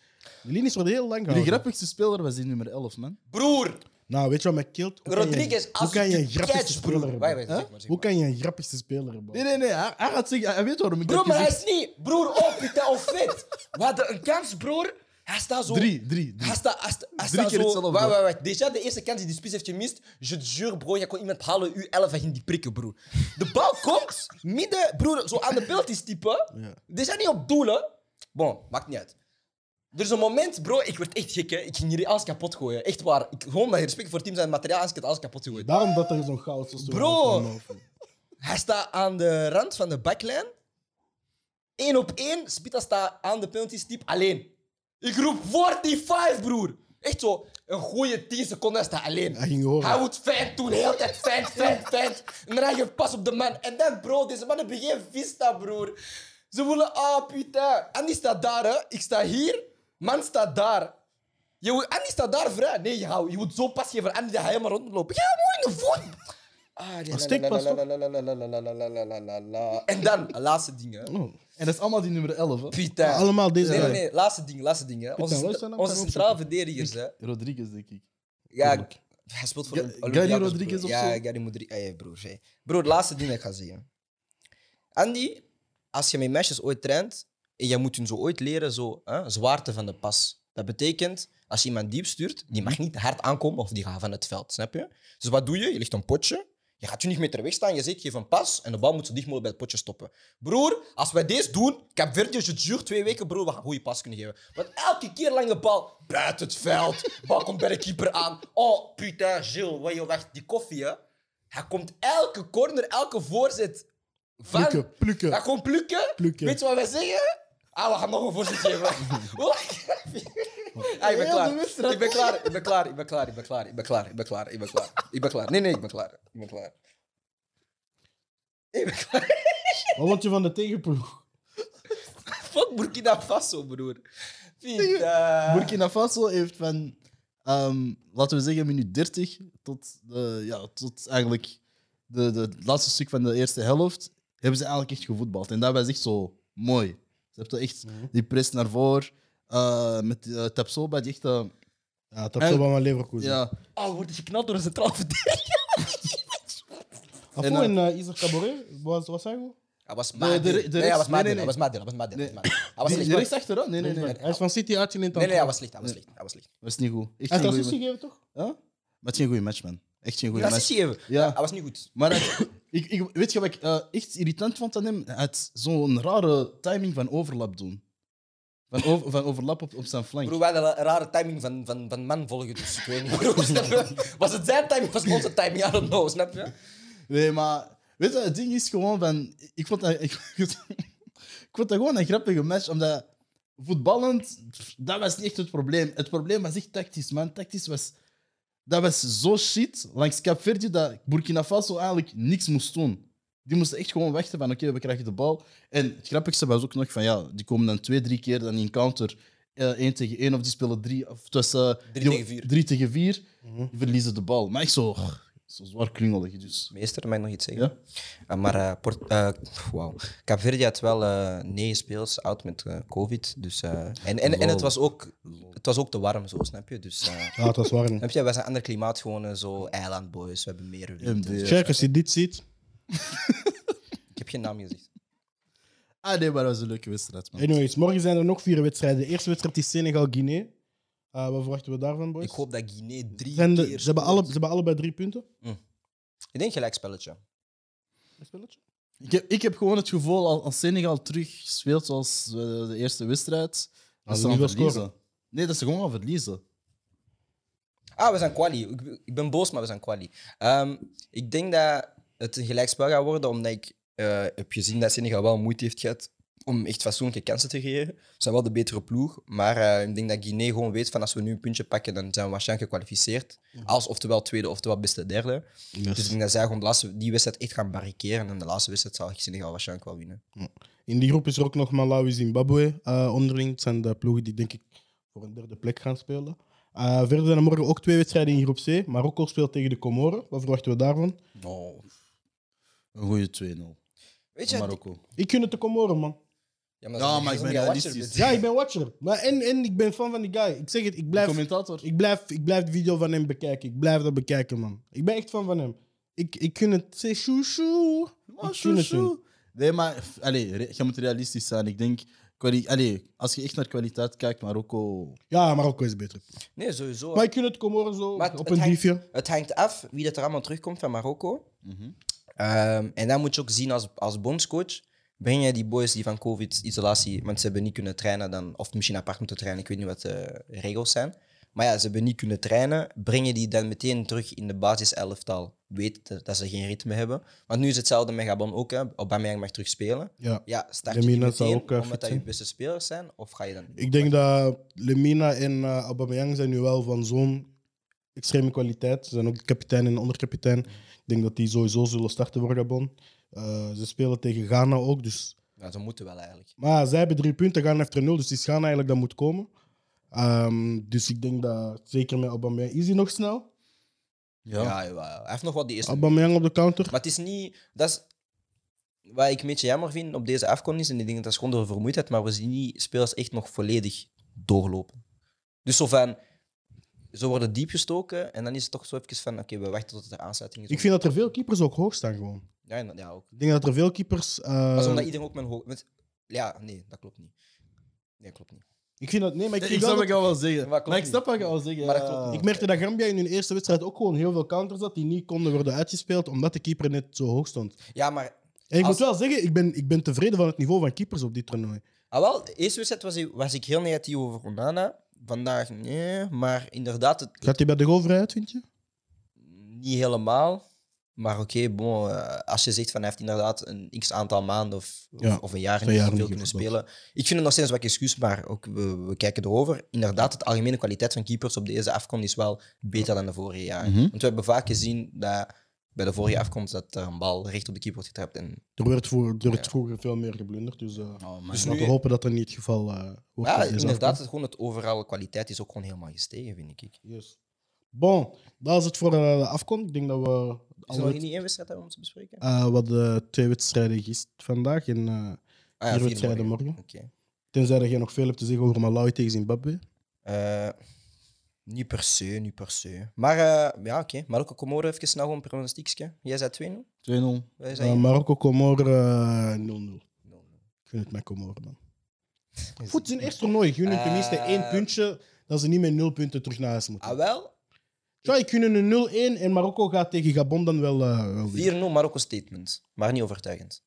S3: de linies worden heel lang
S1: De
S3: gehouden.
S1: grappigste speler was die nummer 11, man.
S2: Broer,
S3: Nou, weet je wat mij kilt? Hoe kan je-
S2: Rodriguez,
S3: Hoe
S2: als
S3: kan je
S2: je
S3: een grappigste
S2: catch,
S3: speler
S2: broer. Wacht,
S3: hebben?
S2: wacht, zeg maar, zeg
S3: Hoe
S2: maar.
S3: kan je een grappigste speler hebben?
S1: Nee, nee, nee. Hij, hij gaat zeggen... Hij weet waarom ik
S2: Broer,
S1: dat
S2: maar hij
S1: gezegd-
S2: is niet. Broer, oh, putain, of vet. We hadden een kans, broer. Hij staat zo. Ah,
S1: Drie, drie, drie.
S2: Hij staat, hij staat, hij
S1: Drie
S2: staat
S1: keer
S2: zo.
S1: hetzelfde,
S2: Wacht,
S1: bro.
S2: wacht, wacht. Déjà, de eerste kans die die spits heeft gemist. Je te jure, bro, je kon iemand halen. U 11 en ging die prikken, broer. De bal komt midden, broer, zo aan de penalties type.
S3: Ja.
S2: Déjà niet op doelen. Bon, maakt niet uit. Er is een moment, bro, ik werd echt gek, hè. Ik ging hier alles kapot gooien. Echt waar. Ik, gewoon met respect voor het team zijn materiaal, als ik het alles kapot gooien.
S3: Daarom dat er zo'n goud is.
S2: Bro! Hij staat aan de rand van de backline. Eén op één. Spita staat aan de penalty stip alleen. Ik roep 45, broer. Echt zo. Een goede 10 seconden staat alleen.
S3: Hij ging horen.
S2: Hij moet fan doen. Heel de tijd fan, fan, fan. En dan geeft pas op de man. En dan, bro, deze mannen hebben geen vista, broer. Ze willen, ah, putain. Andy staat daar, hè. Ik sta hier. Man staat daar. Je moet, Andy staat daar vrij. Nee, je, hou- je moet zo pas geven. Andy gaat helemaal rondlopen. Ja, mooi in de voet. Ah, la, la,
S3: steekpas,
S2: la,
S3: toch?
S2: la, la, la, la, la, la, la, la, la, la, la. En dan, laatste ding, hè.
S3: Oh.
S1: En dat is allemaal die nummer 11, hè.
S2: Putain.
S3: Allemaal deze
S2: Nee, nee,
S3: guy.
S2: nee, laatste ding, laatste ding, hè. Onze,
S3: Putain, wat is
S2: centra-
S3: dat nou?
S2: onze
S3: Kan
S2: centraal verdedigers, hè.
S1: Rodriguez, denk ik.
S2: Ja, hij speelt voor een Olympiakos,
S1: Gary
S2: broer.
S1: Rodriguez of
S2: Ja,
S1: zo?
S2: Gary Rodriguez. Hey, broer, hey. broer, het laatste ding dat ik ga zeggen. Andy, als je met meisjes ooit traint en je moet hun zo ooit leren, zo, hè, zwaarte van de pas. Dat betekent, als je iemand diep stuurt, die mag niet te hard aankomen of die gaat van het veld, snap je? Dus wat doe je? Je legt een potje, je gaat je niet meer ter weg staan, je zegt, geef een pas en de bal moet zo dicht mogelijk bij het potje stoppen. Broer, als wij deze doen, ik heb Verdius het duurt twee weken, broer, we gaan een goede pas kunnen geven. Want elke keer lange bal, buiten het veld, bal komt bij de keeper aan. Oh, putain, Gilles, wat je wacht, die koffie, hè? Hij komt elke corner, elke voorzet van...
S3: Plukken, plukken.
S2: Ja, gewoon plukken.
S3: Plukken.
S2: Weet je wat wij zeggen? Ah, we gaan nog een voorzet geven. Hoe lang- ah, ik ben
S1: Heel
S2: klaar.
S1: de wedstrijd.
S2: Ik ben klaar, ik ben klaar, ik ben klaar, ik ben klaar, ik ben klaar, ik ben klaar, ik ben klaar. Ik ben klaar. Nee, nee, ik ben klaar. Ik ben klaar. Ik ben klaar.
S3: Wat vond je van de tegenploeg?
S2: Fuck Burkina Faso, broer. eh, Vita.
S1: Burkina Faso heeft van, ehm, laten we zeggen, minuut 30 tot, de, ja, tot eigenlijk de, de, het laatste stuk van de eerste helft, hebben ze eigenlijk echt gevoetbald. En dat was echt zo mooi. Ze hebben toch echt die press naar voren. eh, met eh Tapsoba, die echt... eh,
S3: Ja, dat is wel mijn Leverkusen.
S1: ja,
S2: Oh, wordt geknald door een centraal verdediger.
S3: Afo
S1: En,
S3: Ah, en, eh, Isaac Cabaret, wat was hij goed?
S2: Hij was
S1: de
S2: Maadil.
S1: re- de
S2: Nee,
S1: rechts-
S2: hij was
S1: nee, nee,
S2: Maadil. Hij
S1: nee.
S2: was Maadil. Hij was Maadil. hij was Maadil. Hij was
S1: Die,
S2: licht.
S1: die rechts achteraan? Nee, nee, nee.
S2: Nee,
S1: Dat
S3: Hij is van City uit in
S2: Nee, nee, hij was licht. Hij was licht. Hij was licht.
S1: is niet goed. Echt geen
S3: Hij heeft
S1: goeie match.
S3: assist gegeven, toch?
S1: Huh? Maar het is geen goede match, man. Echt geen goede
S2: Dat is
S1: match.
S2: gegeven.
S1: Ja.
S2: Hij was niet goed.
S1: Maar dat- ik, ik, weet je wat ik eh, echt irritant vond aan hem? Hij had zo'n rare timing van overlap doen. Van, over, van overlap op, op zijn flank.
S2: Broer, wij hadden een rare timing van, van, van man volgen, dus ik weet niet. broer. Snap je? was het zijn timing? Was het onze timing? I don't know, snap je?
S1: Nee, maar weet je, het ding is gewoon van. Ik vond dat, ik, ik vond dat gewoon een grappige match, omdat voetballend, pff, dat was niet echt het probleem. Het probleem was echt tactisch, man. Tactisch was. Dat was zo shit langs Capverdi dat Burkina Faso eigenlijk niks moest doen. Die moesten echt gewoon wachten van oké, we krijgen de bal. En het grappigste was ook nog van ja, die komen dan twee, drie keer dan in counter. eh, één tegen één of die spelen drie of tussen
S2: Drie
S1: die-
S2: tegen Mhm. vier.
S1: drie tegen vier, die verliezen de bal. Maar echt zo, oh, zo zwaar klungelig. Dus.
S2: Meester, mag ik nog iets zeggen? Eh, maar eh Port- eh, wauw. Capverdi had wel eh, negen speels oud met eh, COVID. Dus, eh, en, en, en het, was ook, het was ook te warm, zo, snap je? Dus, eh,
S3: Ja, het was warm.
S2: snap je? Wij zijn ander klimaat, gewoon eh, zo eilandboys. We hebben meer wind.
S1: MDR.
S3: Check, als je dit ziet.
S2: Ik heb geen naam gezegd.
S1: Ah nee, maar dat was een leuke wedstrijd, man.
S3: Anyways, morgen zijn er nog vier wedstrijden. De eerste wedstrijd is Senegal-Guinea. Eh, wat verwachten we daarvan, boys?
S2: Ik hoop dat Guinea drie
S3: Zijn de-
S2: keer...
S3: ze, hebben
S2: scoort.
S3: alle, ze hebben allebei drie punten.
S2: Ik denk gelijk spelletje.
S1: Ik heb, ik heb gewoon het gevoel als, als Senegal terug speelt zoals eh, de eerste wedstrijd, dat
S3: ze
S1: ze
S3: niet
S1: gaan
S3: wel
S1: verliezen.
S3: scoren.
S1: Nee, dat ze gewoon gaan verliezen.
S2: Ah, we zijn quali. Ik, ik ben boos, maar we zijn quali. Ehm, ik denk dat het een gelijkspel gaat worden, omdat ik eh, heb gezien dat Senegal wel moeite heeft gehad om echt fatsoenlijke kansen te creëren. Ze zijn wel de betere ploeg, maar eh, ik denk dat Guinea gewoon weet van als we nu een puntje pakken, dan zijn we waarschijnlijk gekwalificeerd. Als oftewel tweede, oftewel beste derde. Dus ik denk dat zij gewoon de laatste, die wedstrijd echt gaan barricaderen en de laatste wedstrijd zal Senegal waarschijnlijk wel winnen.
S3: In die groep is er ook nog Malawi, Zimbabwe. eh onderling Het zijn de ploegen die, denk ik, voor een derde plek gaan spelen. Eh, verder zijn er morgen ook twee wedstrijden in groep C. Marokko speelt tegen de Comoren. Wat verwachten we daarvan?
S1: Oh. Een goede 2-0.
S2: Weet je,
S1: Van Marokko.
S3: Ik gun het de Comoren, man.
S2: ja, maar,
S1: Ja, maar ik ben realistisch.
S3: Ja, ik ben watcher. Maar en, en ik ben fan van die guy. Ik zeg het, ik
S1: De
S3: blijf,
S1: commentator.
S3: ik, blijf, ik blijf de video van hem bekijken. Ik blijf dat bekijken, man. Ik ben echt fan van hem. Ik, ik gun het. Say shoo shoo.
S1: Oh,
S3: Ik gun het hem.
S1: shoo. Nee, maar f- allee, re- je moet realistisch zijn. Ik denk, kwali- allee, als je echt naar kwaliteit kijkt, Marokko...
S3: Ja, Marokko is beter.
S2: Nee, sowieso.
S3: Maar ik gun het Comoren zo
S2: Maar het-
S3: op
S2: het
S3: een
S2: hangt-
S3: diefje.
S2: Het hangt af wie dat er allemaal terugkomt van Marokko. Ehm, en dan moet je ook zien als, als bondscoach. Breng jij die boys die van COVID-isolatie, want ze hebben niet kunnen trainen, dan, of misschien apart moeten trainen, ik weet niet wat de regels zijn. Maar ja, ze hebben niet kunnen trainen. Breng je die dan meteen terug in de basiselftal? Weet dat, dat ze geen ritme hebben. Want nu is hetzelfde met Gabon ook. Hè. Aubameyang mag terug spelen.
S3: Ja.
S2: Ja, start je die
S3: Lemina zal
S2: meteen
S3: ook, eh,
S2: omdat
S3: fit
S2: dat
S3: zijn.
S2: je beste spelers zijn? Of ga je dan...
S3: Ik denk dat Lemina en eh, Aubameyang zijn nu wel van zo'n extreme kwaliteit. Ze zijn ook de kapitein en de onderkapitein. Ik denk dat die sowieso zullen starten voor Gabon. Eh, ze spelen tegen Ghana ook. Dus.
S2: Ja, ze moeten wel eigenlijk.
S3: Maar zij hebben drie punten, Ghana heeft er nul. Dus die is Ghana eigenlijk dat moet komen. Ehm, dus ik denk dat, zeker met Aubameyang, is hij nog snel?
S2: Ja. jawel. Hij heeft nog wel die eerste
S3: Aubameyang op de counter.
S2: Maar het is niet. Dat is wat ik een beetje jammer vind op deze afkomst is. En ik denk dat dat is gewoon door vermoeidheid. Maar we zien niet spelers echt nog volledig doorlopen. Dus zo van. Ze worden diep gestoken. En dan is het toch zo even van. Oké, we wachten tot er aansluiting is.
S3: Ik vind dat er veel keepers ook hoog staan gewoon.
S2: Ja, inderdaad, ja ook.
S3: Ik denk dat er veel keepers... eh,
S2: Maar omdat iedereen ook mijn hoog. met- Ja, nee, dat klopt niet. Nee, klopt niet.
S3: ik vind dat... Nee, maar ik,
S2: Eh,
S1: Ik,
S3: vind wel
S1: snap
S3: dat-
S1: wat je al wil zeggen.
S2: Maar
S1: Maar,
S2: klopt
S1: ik snap wat je al wil zeggen.
S2: Maar dat
S1: ja.
S2: klopt niet.
S3: Ik merkte dat Gambia in hun eerste wedstrijd ook gewoon heel veel counters had die niet konden worden uitgespeeld omdat de keeper net zo hoog stond.
S2: Ja, maar.
S3: En ik
S2: Als-
S3: moet wel zeggen, ik ben, ik ben tevreden van het niveau van keepers op dit toernooi.
S2: Ah, wel, de eerste wedstrijd was, ik- was ik heel negatief over Onana. Vandaag nee, maar inderdaad, het,
S3: Gaat hij bij de goal vrij uit, vind je?
S2: Niet helemaal. Maar oké, bon, eh, als je zegt van hij heeft inderdaad een x aantal maanden of, of,
S3: Ja,
S2: of een jaar
S3: twee
S2: niet
S3: jaar
S2: veel
S3: niet
S2: kunnen spelen.
S3: gevoetbald.
S2: Ik vind het nog steeds wat excuus, maar ook, we, we kijken erover. Inderdaad, de algemene kwaliteit van keepers op deze afkomst is wel beter dan de vorige jaren.
S1: Mhm.
S2: Want we hebben vaak gezien dat bij de vorige afkomst dat er een bal recht op de keeper wordt getrapt. En,
S3: Er werd, voor, er werd
S2: Ja.
S3: vroeger veel meer geblunderd, dus eh,
S2: dus
S3: laten
S2: nu,
S3: we hopen dat dat niet het geval eh, wordt.
S2: ja,
S3: bij deze
S2: inderdaad,
S3: afkomst.
S2: het, gewoon het overal kwaliteit is ook gewoon helemaal gestegen, vind ik.
S3: Yes. Bon, dat is het voor eh, de afkomst. Ik denk dat we
S2: Is er nog
S3: alle,
S2: niet één wedstrijd hebben om te bespreken?
S3: eh, wat de twee wedstrijden gisteren vandaag en eh
S2: Ah ja,
S3: vier
S2: vier
S3: wedstrijden morgen.
S2: Oké.
S3: Tenzij dat je nog veel hebt te zeggen over Malawi tegen Zimbabwe.
S2: Eh, Niet per se, niet per se. Maar eh, ja, oké. Marokko, Comoren, even snel gewoon een pronostiekje. Jij zei 2-0.
S1: 2-0.
S2: Wij
S3: Eh,
S2: zijn
S1: Ehm,
S3: Marokko, Comor eh, 0-0. Ik vind het met Comor dan. Voet zijn eerste toernooi. Gunnen
S2: Eh.
S3: tenminste één puntje, dat ze niet met nul punten terug naar huis
S2: Ah,
S3: moeten.
S2: wel.
S3: Ja, ik kunnen een 0-1 en Marokko gaat tegen Gabon dan wel. eh, wel winnen.
S2: 4-0 Marokko statement. Maar niet overtuigend.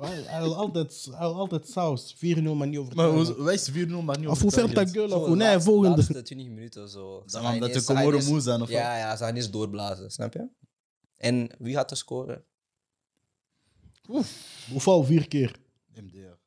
S3: Hij hij wil altijd, hij wil altijd saus. 4-0, maar niet over.
S1: Maar hoe- wij is 4-0, maar niet
S3: Of hoe ver dat girl
S2: Zo,
S3: of hoe?
S2: de
S3: Nee,
S2: laatste-
S3: volgende.
S2: laatste 20 minuten of zo. Ze
S1: Dan
S2: gaan
S1: omdat de
S2: ineens- ze gaan
S1: Comoren
S2: ineens-
S1: moe zijn, of wat?
S2: Ja, ja, ze gaan eens doorblazen, snap je? En wie gaat er scoren?
S3: Hoeveel? Vier keer.
S1: MDR.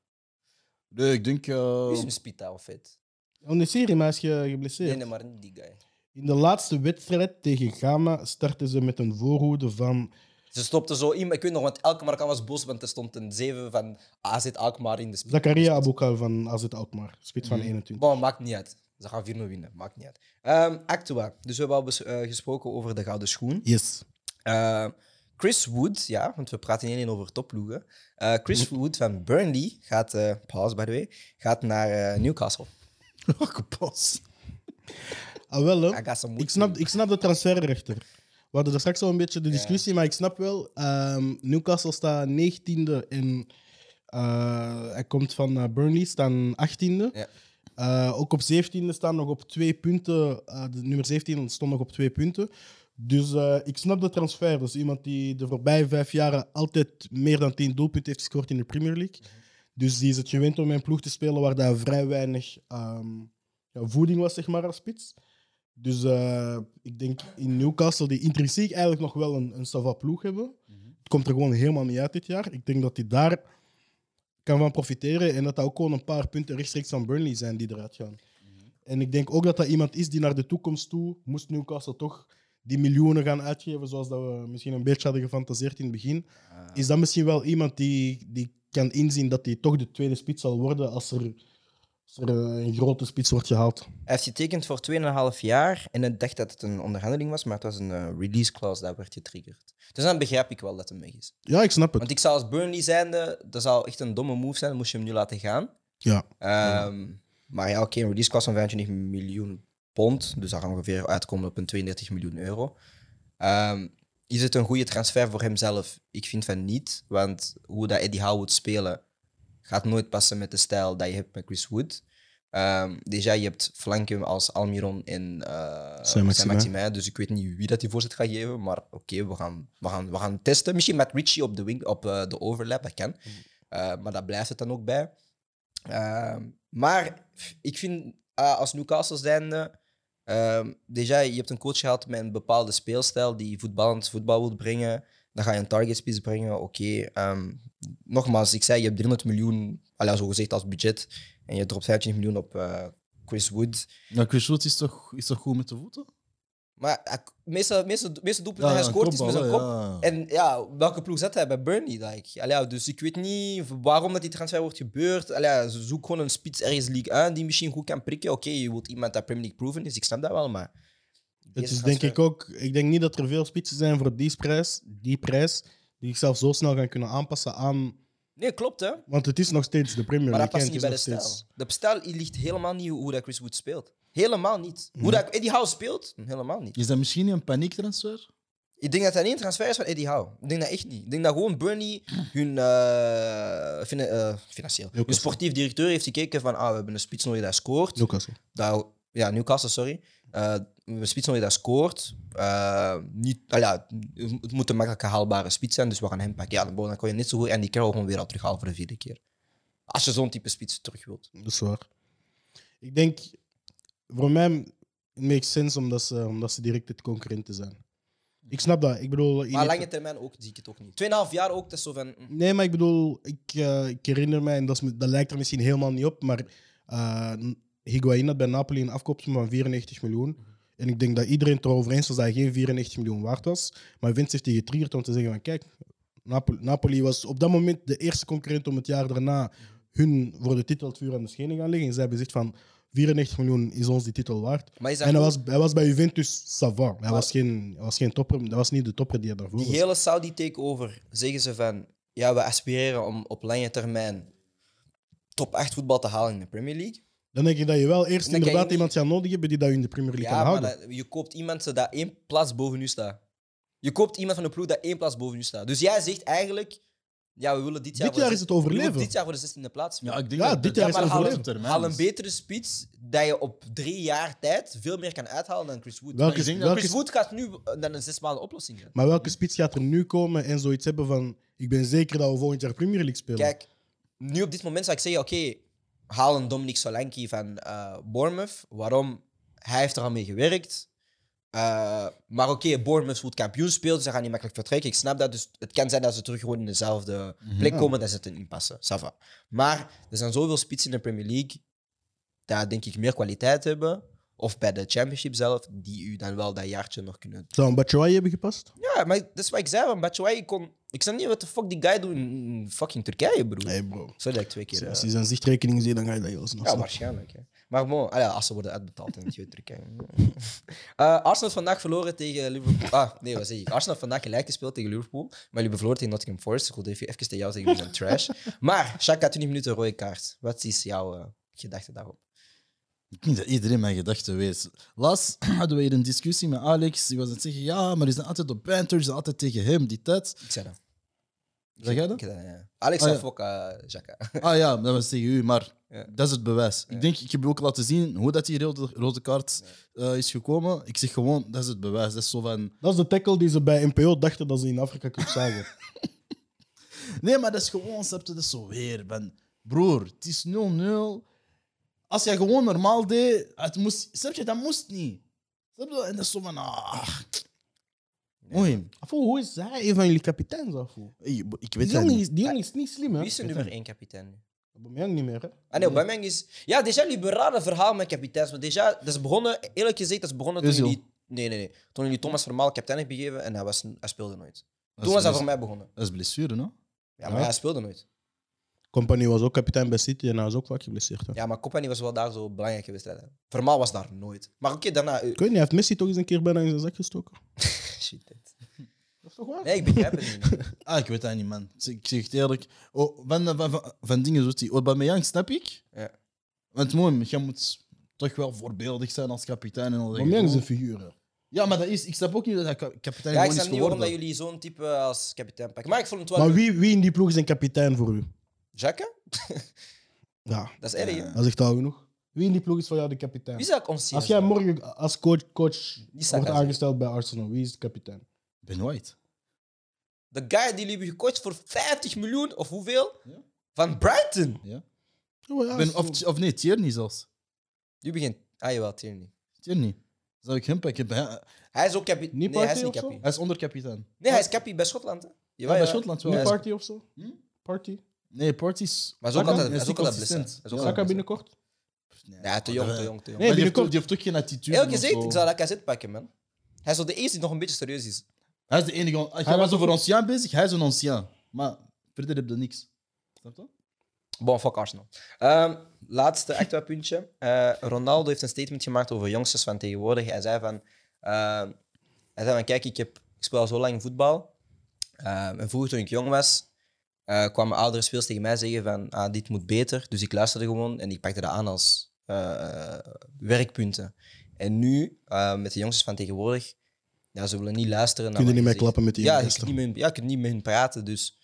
S1: Nee, ik denk... eh,
S2: Wie is een Spita of het?
S3: Aan de serie, maar hij is ge-
S2: Nee,
S3: geblesseerd.
S2: nee, maar niet die guy.
S3: In de laatste wedstrijd tegen Ghana starten ze met een voorhoede van.
S2: Ze stopte zo in. Ik weet nog, want elke Marokkaan was boos, want er stond een 7 van AZ Alkmaar in de spits.
S3: Zakaria Aboukal van AZ Alkmaar, spits van 21.
S2: Bon, maakt niet uit. Ze gaan 4-0 winnen, maakt niet uit. Ehm, Actua. Dus we hebben al bes- eh, gesproken over de gouden schoen.
S3: Yes.
S2: Eh, Chris Wood, ja, want we praten niet alleen over topploegen. Eh, Chris Wood van Burnley gaat, eh pause by the way, gaat naar eh, Newcastle.
S1: Pas.
S3: Ah, wel, hè?
S2: Hij gaat zijn moed
S3: Ik snap,
S2: doen.
S3: ik snap de transferrechter. We hadden er straks al een beetje de discussie, maar ik snap wel. ehm, Newcastle staat 19e en eh, hij komt van eh, Burnley, staan 18e.
S2: Ja.
S3: Eh, ook op 17e staan nog op twee punten. eh, de nummer 17 stond nog op twee punten. Dus eh, ik snap de transfer. Dus iemand die de voorbije vijf jaren altijd meer dan 10 doelpunten heeft gescoord in de Premier League. Dus die is het gewend om in een ploeg te spelen waar daar vrij weinig ehm, ja, voeding was, zeg maar, als spits. Dus eh, ik denk in Newcastle, die intrinsiek eigenlijk nog wel een, een sava ploeg hebben. Het komt er gewoon helemaal niet uit dit jaar. Ik denk dat die daar kan van profiteren en dat dat ook gewoon een paar punten rechtstreeks van Burnley zijn die eruit gaan. En ik denk ook dat dat iemand is die naar de toekomst toe moest Newcastle toch die miljoenen gaan uitgeven, zoals dat we misschien een beetje hadden gefantaseerd in het begin. Is dat misschien wel iemand die, die kan inzien dat hij toch de tweede spits zal worden als er, als er eh, een grote spits wordt gehaald?
S2: Hij heeft getekend voor 2,5 jaar en ik dacht dat het een onderhandeling was, maar het was een eh, release clause dat werd getriggerd. Dus dan begrijp ik wel dat hem weg is.
S3: Ja, ik snap het.
S2: Want ik zou als Burnley zijnde, dat zou echt een domme move zijn, moest je hem nu laten gaan.
S3: Ja.
S2: Ehm, Maar ja, oké, een release clause van 25 miljoen pond, dus daar gaan we ongeveer uitkomen op een 32 miljoen euro. Ehm, is het een goede transfer voor hemzelf? Ik vind van niet, want hoe dat Eddie Howe moet spelen gaat nooit passen met de stijl dat je hebt met Chris Wood. Ehm déjà, je hebt flanken als Almiron en eh
S3: Saint-Maximin.
S2: Saint-Maximin, dus ik weet niet wie dat die voorzet gaat geven, maar oké, we, gaan, we, gaan, we gaan testen. Misschien met Richie op de, wing, op, eh, de overlap, dat kan. Eh, maar daar blijft het dan ook bij. Ehm, maar pff, ik vind ah, als Newcastle zijnde. ehm déjà, je hebt een coach gehad met een bepaalde speelstijl die voetballend voetbal wil brengen. Dan ga je een targetspits brengen. Oké. ehm, nogmaals, ik zei, je hebt 300 miljoen, allee, zo gezegd als budget. En je dropt 25 miljoen op eh, Chris Wood.
S1: Nou, Chris Wood is toch, is toch goed met de voeten?
S2: Maar hij- meestal meeste, meeste doelpunten die hij scoort is met zijn
S1: kopbal,
S2: kop.
S1: ja.
S2: En ja, welke ploeg zet hij bij Burnley? Like, allee, ja, dus ik weet niet waarom dat die transfer wordt gebeurd. Allee, ja, ze zoeken gewoon een spits ergens league aan die misschien goed kan prikken. Oké, je wilt iemand dat Premier League proven is, ik snap dat wel, maar...
S3: Het is denk ik ook. Ik denk niet dat er veel spitsen zijn voor die prijs, die prijs die ik zelf zo snel gaan kunnen aanpassen aan.
S2: Nee, klopt hè.
S3: Want het is nog steeds de Premier
S2: Maar dat
S3: League.
S2: past
S3: hè,
S2: niet bij
S3: het
S2: de
S3: is
S2: stijl.
S3: nog steeds-
S2: De stijl ligt helemaal niet hoe dat Chris Wood speelt. Helemaal niet. Hoe dat Eddie Howe speelt? Helemaal niet.
S1: Is dat misschien een paniektransfer?
S2: Ik denk dat dat niet een transfer is van Eddie Howe. Ik denk dat echt niet. Ik denk dat gewoon Burnley hun eh, fina- eh, financieel, hun
S3: Newcastle.
S2: sportief directeur heeft gekeken van ah, we hebben een spits nodig dat scoort.
S3: Newcastle.
S2: daar, ja, Newcastle, sorry. Eh een spits nodig dat scoort. Eh, niet, ah ja, het moet een makkelijke haalbare spits zijn, dus we gaan hem pakken. Ja, dan dan kon je net zo goed Andy Carroll gewoon weer al terughalen voor de vierde keer. Als je zo'n type spits terug wilt.
S3: Dat is waar. Ik denk, voor mij it makes sense omdat ze, omdat ze direct het concurrenten zijn. Ik snap dat. Ik bedoel, in
S2: Maar
S3: het-
S2: lange termijn ook, zie ik het ook niet. Tweeënhalf jaar ook, dat is zo van... mm.
S3: Nee, maar ik bedoel, ik, eh, ik herinner mij, en dat, is- dat lijkt er misschien helemaal niet op, maar eh Higuain had bij Napoli een afkoopsom van 94 miljoen. En ik denk dat iedereen het erover eens was dat hij geen 94 miljoen waard was. Maar Vince heeft die getriggerd om te zeggen van kijk, Napoli, Napoli was op dat moment de eerste concurrent om het jaar daarna hun voor de titel het vuur aan de schenen gaan leggen. En zij hebben gezegd van 94 miljoen is ons die titel waard.
S2: Maar is dat
S3: En hij
S2: goed?
S3: was, hij was bij Juventus, ça va. Hij
S2: Maar-
S3: was geen, hij was geen topper, dat was niet de topper die hij daarvoor was.
S2: Die hele Saudi takeover zeggen ze van ja, we aspireren om op lange termijn top 8 voetbal te halen in de Premier League.
S3: Dan denk ik dat je wel eerst
S2: Dan kan je
S3: inderdaad
S2: niet-
S3: iemand gaat nodig hebben die dat je in de Premier League
S2: Ja,
S3: kan
S2: maar
S3: houden.
S2: dat- je koopt iemand zodat één plaats boven u staat. Je koopt iemand van de ploeg dat één plaats boven u staat. Dus jij zegt eigenlijk, ja, we willen dit jaar...
S3: Dit
S2: voor
S3: jaar
S2: de
S3: is
S2: zes-
S3: het overleven.
S2: we willen dit jaar voor de 16e plaats.
S1: Ja, ik denk
S3: Ja,
S1: dat
S3: dit jaar
S1: dat
S3: is
S2: maar haal,
S1: lange
S3: overleven.
S1: termijn
S2: haal een
S1: is.
S2: betere spits dat je op drie jaar tijd veel meer kan uithalen dan Chris Wood.
S3: Welke,
S1: ik denk dat
S3: welke,
S2: Chris Wood gaat nu eh, dan een zes maanden oplossing hebben.
S3: maar welke spits gaat er nu komen en zoiets hebben van... Ik ben zeker dat we volgend jaar Premier League spelen.
S2: Kijk, nu op dit moment zou ik zeggen, oké, haal een Dominic Solanke van eh Bournemouth. Waarom? Hij heeft er al mee gewerkt. Eh, maar oké, Bournemouth wordt kampioen speelt, dus ze gaan niet makkelijk vertrekken. Ik snap dat, dus het kan zijn dat ze terug gewoon in dezelfde plek komen, dat ze het in passen. Ça va. Maar er zijn zoveel spitsen in de Premier League dat denk ik meer kwaliteit hebben. Of bij de championship zelf, die u dan wel dat jaartje nog kunnen
S3: Zou een Batshuayi hebben gepast?
S2: ja, maar dat is wat ik zei van Batshuayi. Kon... Ik snap niet wat de fuck die guy doet in- in fucking Turkije, broer.
S3: Nee, bro.
S2: Sorry dat ik twee keer...
S3: Als
S2: eh,
S3: je zijn zichtrekening ziet, dan ga je dat heel snel
S2: ja,
S3: snappen.
S2: waarschijnlijk. Hè. Maar bon, ah ja, als ze worden uitbetaald in het je Turkije. Eh, Arsenal vandaag verloren tegen Liverpool. Ah, nee, wat zeg ik? Arsenal vandaag gelijk gespeeld tegen Liverpool. Maar jullie verloren tegen Nottingham Forest. Ik wilde even even tegen jou zeggen, jullie zijn trash. Maar, Shaka, 20 minuten rode kaart. Wat is jouw eh, gedachte daarop?
S1: Ik denk dat iedereen mijn gedachten weet. Laatst hadden we hier een discussie met Alex. Die was aan het zeggen, ja, maar die zijn altijd op banter, ze zijn altijd tegen hem, die tijd.
S2: Ik zei dat.
S1: Zeg jij dat?
S2: Ik zei dat, ja. Alex
S1: Ah,
S2: zei
S1: ja.
S2: fuck, eh, Shaka.
S1: Ah ja, dat was tegen u, maar
S2: Ja.
S1: dat is het bewijs.
S2: Ja.
S1: Ik denk, ik heb je ook laten zien hoe dat die rode, rode kaart eh, is gekomen. Ik zeg gewoon, dat is het bewijs. Dat is zo van...
S3: Dat is de tackle die ze bij NPO dachten dat ze in Afrika Cup zagen.
S1: Nee, maar dat is gewoon, snap je, dat is zo weer. Man. Broer, het is 0-0. Als jij gewoon normaal deed, het moest, snap je, dat moest niet. Snap je? En dat is zo van, ah. Mooi.
S3: Afo, Ah, hoe is hij een van jullie kapiteins? Afo?
S1: Ik, ik
S3: Die
S1: weet dat
S3: jongen
S1: niet.
S3: is, die jongen is niet slim, hè?
S2: Wie is de nummer 1 kapitein nu?
S3: Aubameyang niet meer, hè?
S2: Ah nee, Aubameyang is... Ja, déjà, jullie beraden verhaal met kapiteins. Maar déjà, dat is begonnen... Eerlijk gezegd, dat is begonnen toen
S1: Özil.
S2: jullie... Nee, nee, nee. Toen jullie Thomas Vermaal kapitein hebben gegeven en hij, was, hij speelde nooit. Toen was dat voor mij begonnen.
S1: Dat is blessure, no?
S2: Ja, maar
S3: Ja.
S2: hij speelde nooit.
S3: Company was ook kapitein bij City en hij is ook vaak geblesseerd. hè.
S2: Ja, maar Company was wel daar zo belangrijk geweest. hè. Vermaal was daar nooit. Maar oké, daarna... eh,
S3: Ik weet niet, hij heeft Messi toch eens een keer bijna in zijn zak gestoken.
S2: Shit. dit.
S3: Dat is toch waar?
S2: Nee, ik begrijp het niet.
S1: Ah, ik weet dat niet, man. Ik zeg het eerlijk. Oh, van, van, van, van dingen zoals die Aubameyang snap ik.
S2: Ja.
S1: Want mooi, jij moet toch wel voorbeeldig zijn als kapitein. En al dat
S3: Aubameyang is
S1: gedoe.
S3: een figuur, hè.
S1: Ja, maar dat is, ik snap ook niet dat hij ka- kapitein
S2: Ja, ik
S1: gewoon is
S2: snap niet waarom dat
S1: geworden.
S2: jullie zo'n type als kapitein pakken. Maar ik vond het wel...
S3: Maar wie, wie in die ploeg is een kapitein voor u?
S2: Jacques?
S3: Ja,
S2: Dat is erg, hè?
S3: dat zegt al genoeg. Wie in die ploeg is voor jou de kapitein?
S2: Wie zou ik ons
S3: Als jij morgen als coach, coach
S2: Saka
S3: wordt
S2: is-
S3: aangesteld bij Arsenal, wie is de kapitein?
S1: Ben White.
S2: De guy die jullie hebben gekocht voor 50 miljoen, of hoeveel?
S1: Ja.
S2: Van Brighton.
S3: Oh, ja,
S1: Ben,
S3: zo.
S1: of, of nee, Tierney zelfs.
S2: Nu begint... Ah, jawel, Tierney.
S1: Tierney. Zou ik hem pakken? Hij
S2: Hij is ook capi. Nee,
S3: Niet
S2: hij is
S3: Partey
S2: niet
S3: of zo?
S2: capi.
S1: hij is onderkapitein.
S2: Nee, hij is capi bij Schotland. Hè? Jawel,
S1: bij
S2: ja.
S1: Schotland wel.
S3: Nu
S2: Ja, hij is-
S3: party of zo?
S1: Hm?
S3: Party?
S1: Nee, Portis. is...
S2: Maar hij is ook
S1: Saka?
S2: altijd-
S1: Hij
S2: hij is ook
S1: niet
S2: altijd blessé.
S1: consistent.
S2: Hij is ook
S3: Saka
S2: altijd
S3: binnenkort?
S2: Nee, te jong, te jong, te jong.
S3: Nee,
S1: Maar die heeft, ook,
S3: binnenkort.
S1: die heeft ook geen attitude.
S2: Eerlijk
S1: of
S2: gezegd,
S1: zo.
S2: ik zou Lacazette pakken, man. Hij is zo de eerste die nog een beetje serieus is.
S1: Hij is de enige... on- Jij
S3: was
S1: was over
S3: ook-
S1: ancien bezig, hij is een ancien. Maar verder heb je niks. Snap je?
S2: Bon, fuck Arsenal. Ehm, laatste actua puntje. Eh, Ronaldo heeft een statement gemaakt over jongsters van tegenwoordig. Hij zei van, ehm, hij zei van kijk, ik, heb, ik speel al zo lang voetbal. Ehm, en vroeger toen ik jong was, eh, kwamen oudere speels tegen mij zeggen van ah, dit moet beter. Dus ik luisterde gewoon en ik pakte dat aan als eh, werkpunten. En nu, eh, met de jongsters van tegenwoordig, ja, ze willen niet luisteren. naar
S3: Kun je
S2: wat
S3: niet
S2: je
S3: meer
S2: zegt.
S3: klappen met die
S2: Ja, je
S3: gasten.
S2: kunt niet met hun, ja, je kunt niet met hun praten. Dus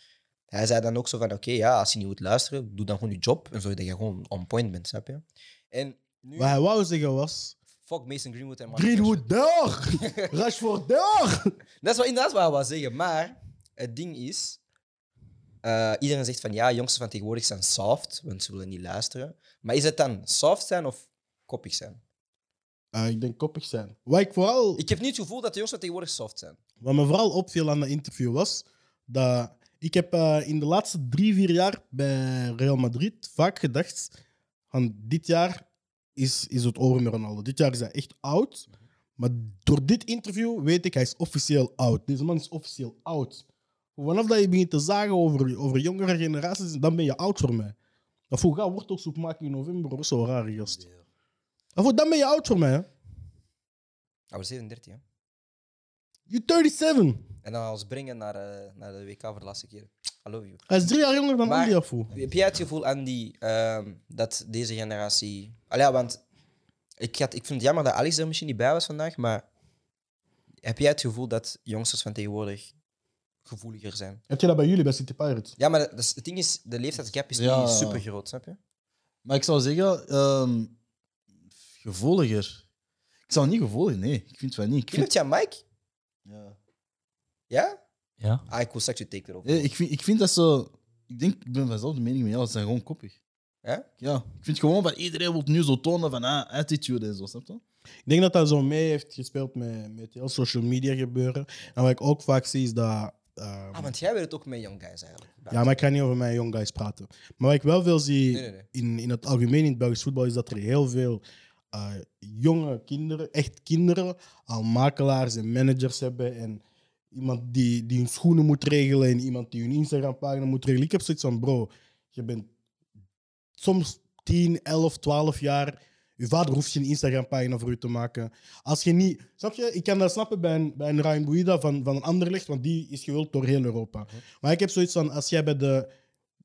S2: hij zei dan ook zo van, oké, ja, als je niet moet luisteren, doe dan gewoon je job. En zorg dat je gewoon on point bent, snap je? En nu,
S3: Wat hij wou zeggen was...
S2: fuck Mason Greenwood en Mark
S3: Greenwood daar! Rashford daar!
S2: Rashford. Dat is wel inderdaad wat hij wou zeggen. Maar het ding is, eh, iedereen zegt van, ja, jongsten van tegenwoordig zijn soft, want ze willen niet luisteren. Maar is het dan soft zijn of koppig zijn?
S3: Ah, ik denk koppig zijn. Wat, ik vooral,
S2: Ik heb niet het gevoel dat de jongsten tegenwoordig soft zijn. Ah,
S3: wat me vooral opviel aan dat interview was... Dat ik heb eh, in de laatste drie, vier jaar bij Real Madrid vaak gedacht... Van dit jaar is, is het over met Ronaldo. Dit jaar is hij echt oud. Maar door dit interview weet ik, hij is officieel oud. Deze man is officieel oud. Vanaf dat je begint te zagen over, over jongere generaties, dan ben je oud voor mij. Dat voor ga wortelsoep maken in november, hoor. zo raar gast. Dat voor dan ben je oud voor mij. hè.
S2: Hij was 37, hè.
S3: You're 37.
S2: En dan ons brengen naar, eh, naar de WK voor de laatste keer. I love you.
S3: Hij is drie jaar jonger dan
S2: Maar-
S3: Andy Afu.
S2: Heb jij het gevoel, Andy, ehm, dat deze generatie... Allee, ja, want ik, had, ik vind het jammer dat Alice er misschien niet bij was vandaag, maar heb jij het gevoel dat jongsters van tegenwoordig gevoeliger zijn?
S3: Heb je dat bij jullie, bij City Pirates?
S2: Ja, maar dat, dat is- het ding is, de leeftijdsgap is
S1: Ja.
S2: niet super groot, snap je?
S1: Maar ik zou zeggen, ehm, gevoeliger. Ik zou niet gevoelig, nee. Ik vind het wel niet. Ik
S2: Vind
S1: vind,
S2: het ja, Mike?
S1: ja.
S2: Ja?
S5: Ja.
S2: Ah, ik wil straks je take erop.
S1: Nee, Eh, ik, vind, ik vind dat ze... Ik denk, ik ben vanzelf de mening met jou, ze zijn gewoon koppig.
S2: Ja?
S1: Ja. Ik vind gewoon van iedereen wil nu zo tonen van ah, attitude en zo, snap je?
S3: Ik denk dat dat zo mee heeft gespeeld met, met heel social media gebeuren. En wat ik ook vaak zie is dat. ehm,
S2: Ah, want jij weet het ook met young guys eigenlijk.
S3: ja, maar ik ga niet over mijn young guys praten. Maar wat ik wel veel zie
S2: Nee, nee, nee.
S3: In, in het algemeen in het Belgisch voetbal is dat er heel veel eh, jonge kinderen, echt kinderen, al makelaars en managers hebben. En iemand die, die hun schoenen moet regelen en iemand die hun Instagram-pagina moet regelen. Ik heb zoiets van, bro, je bent soms 10, 11, 12 jaar. Je vader hoeft geen Instagram-pagina voor u te maken. Als je niet... Snap je? Ik kan dat snappen bij een, bij een Ryan Buida van, van een ander licht, want die is gewild door heel Europa.
S2: Mhm.
S3: Maar ik heb zoiets van, als jij bij de,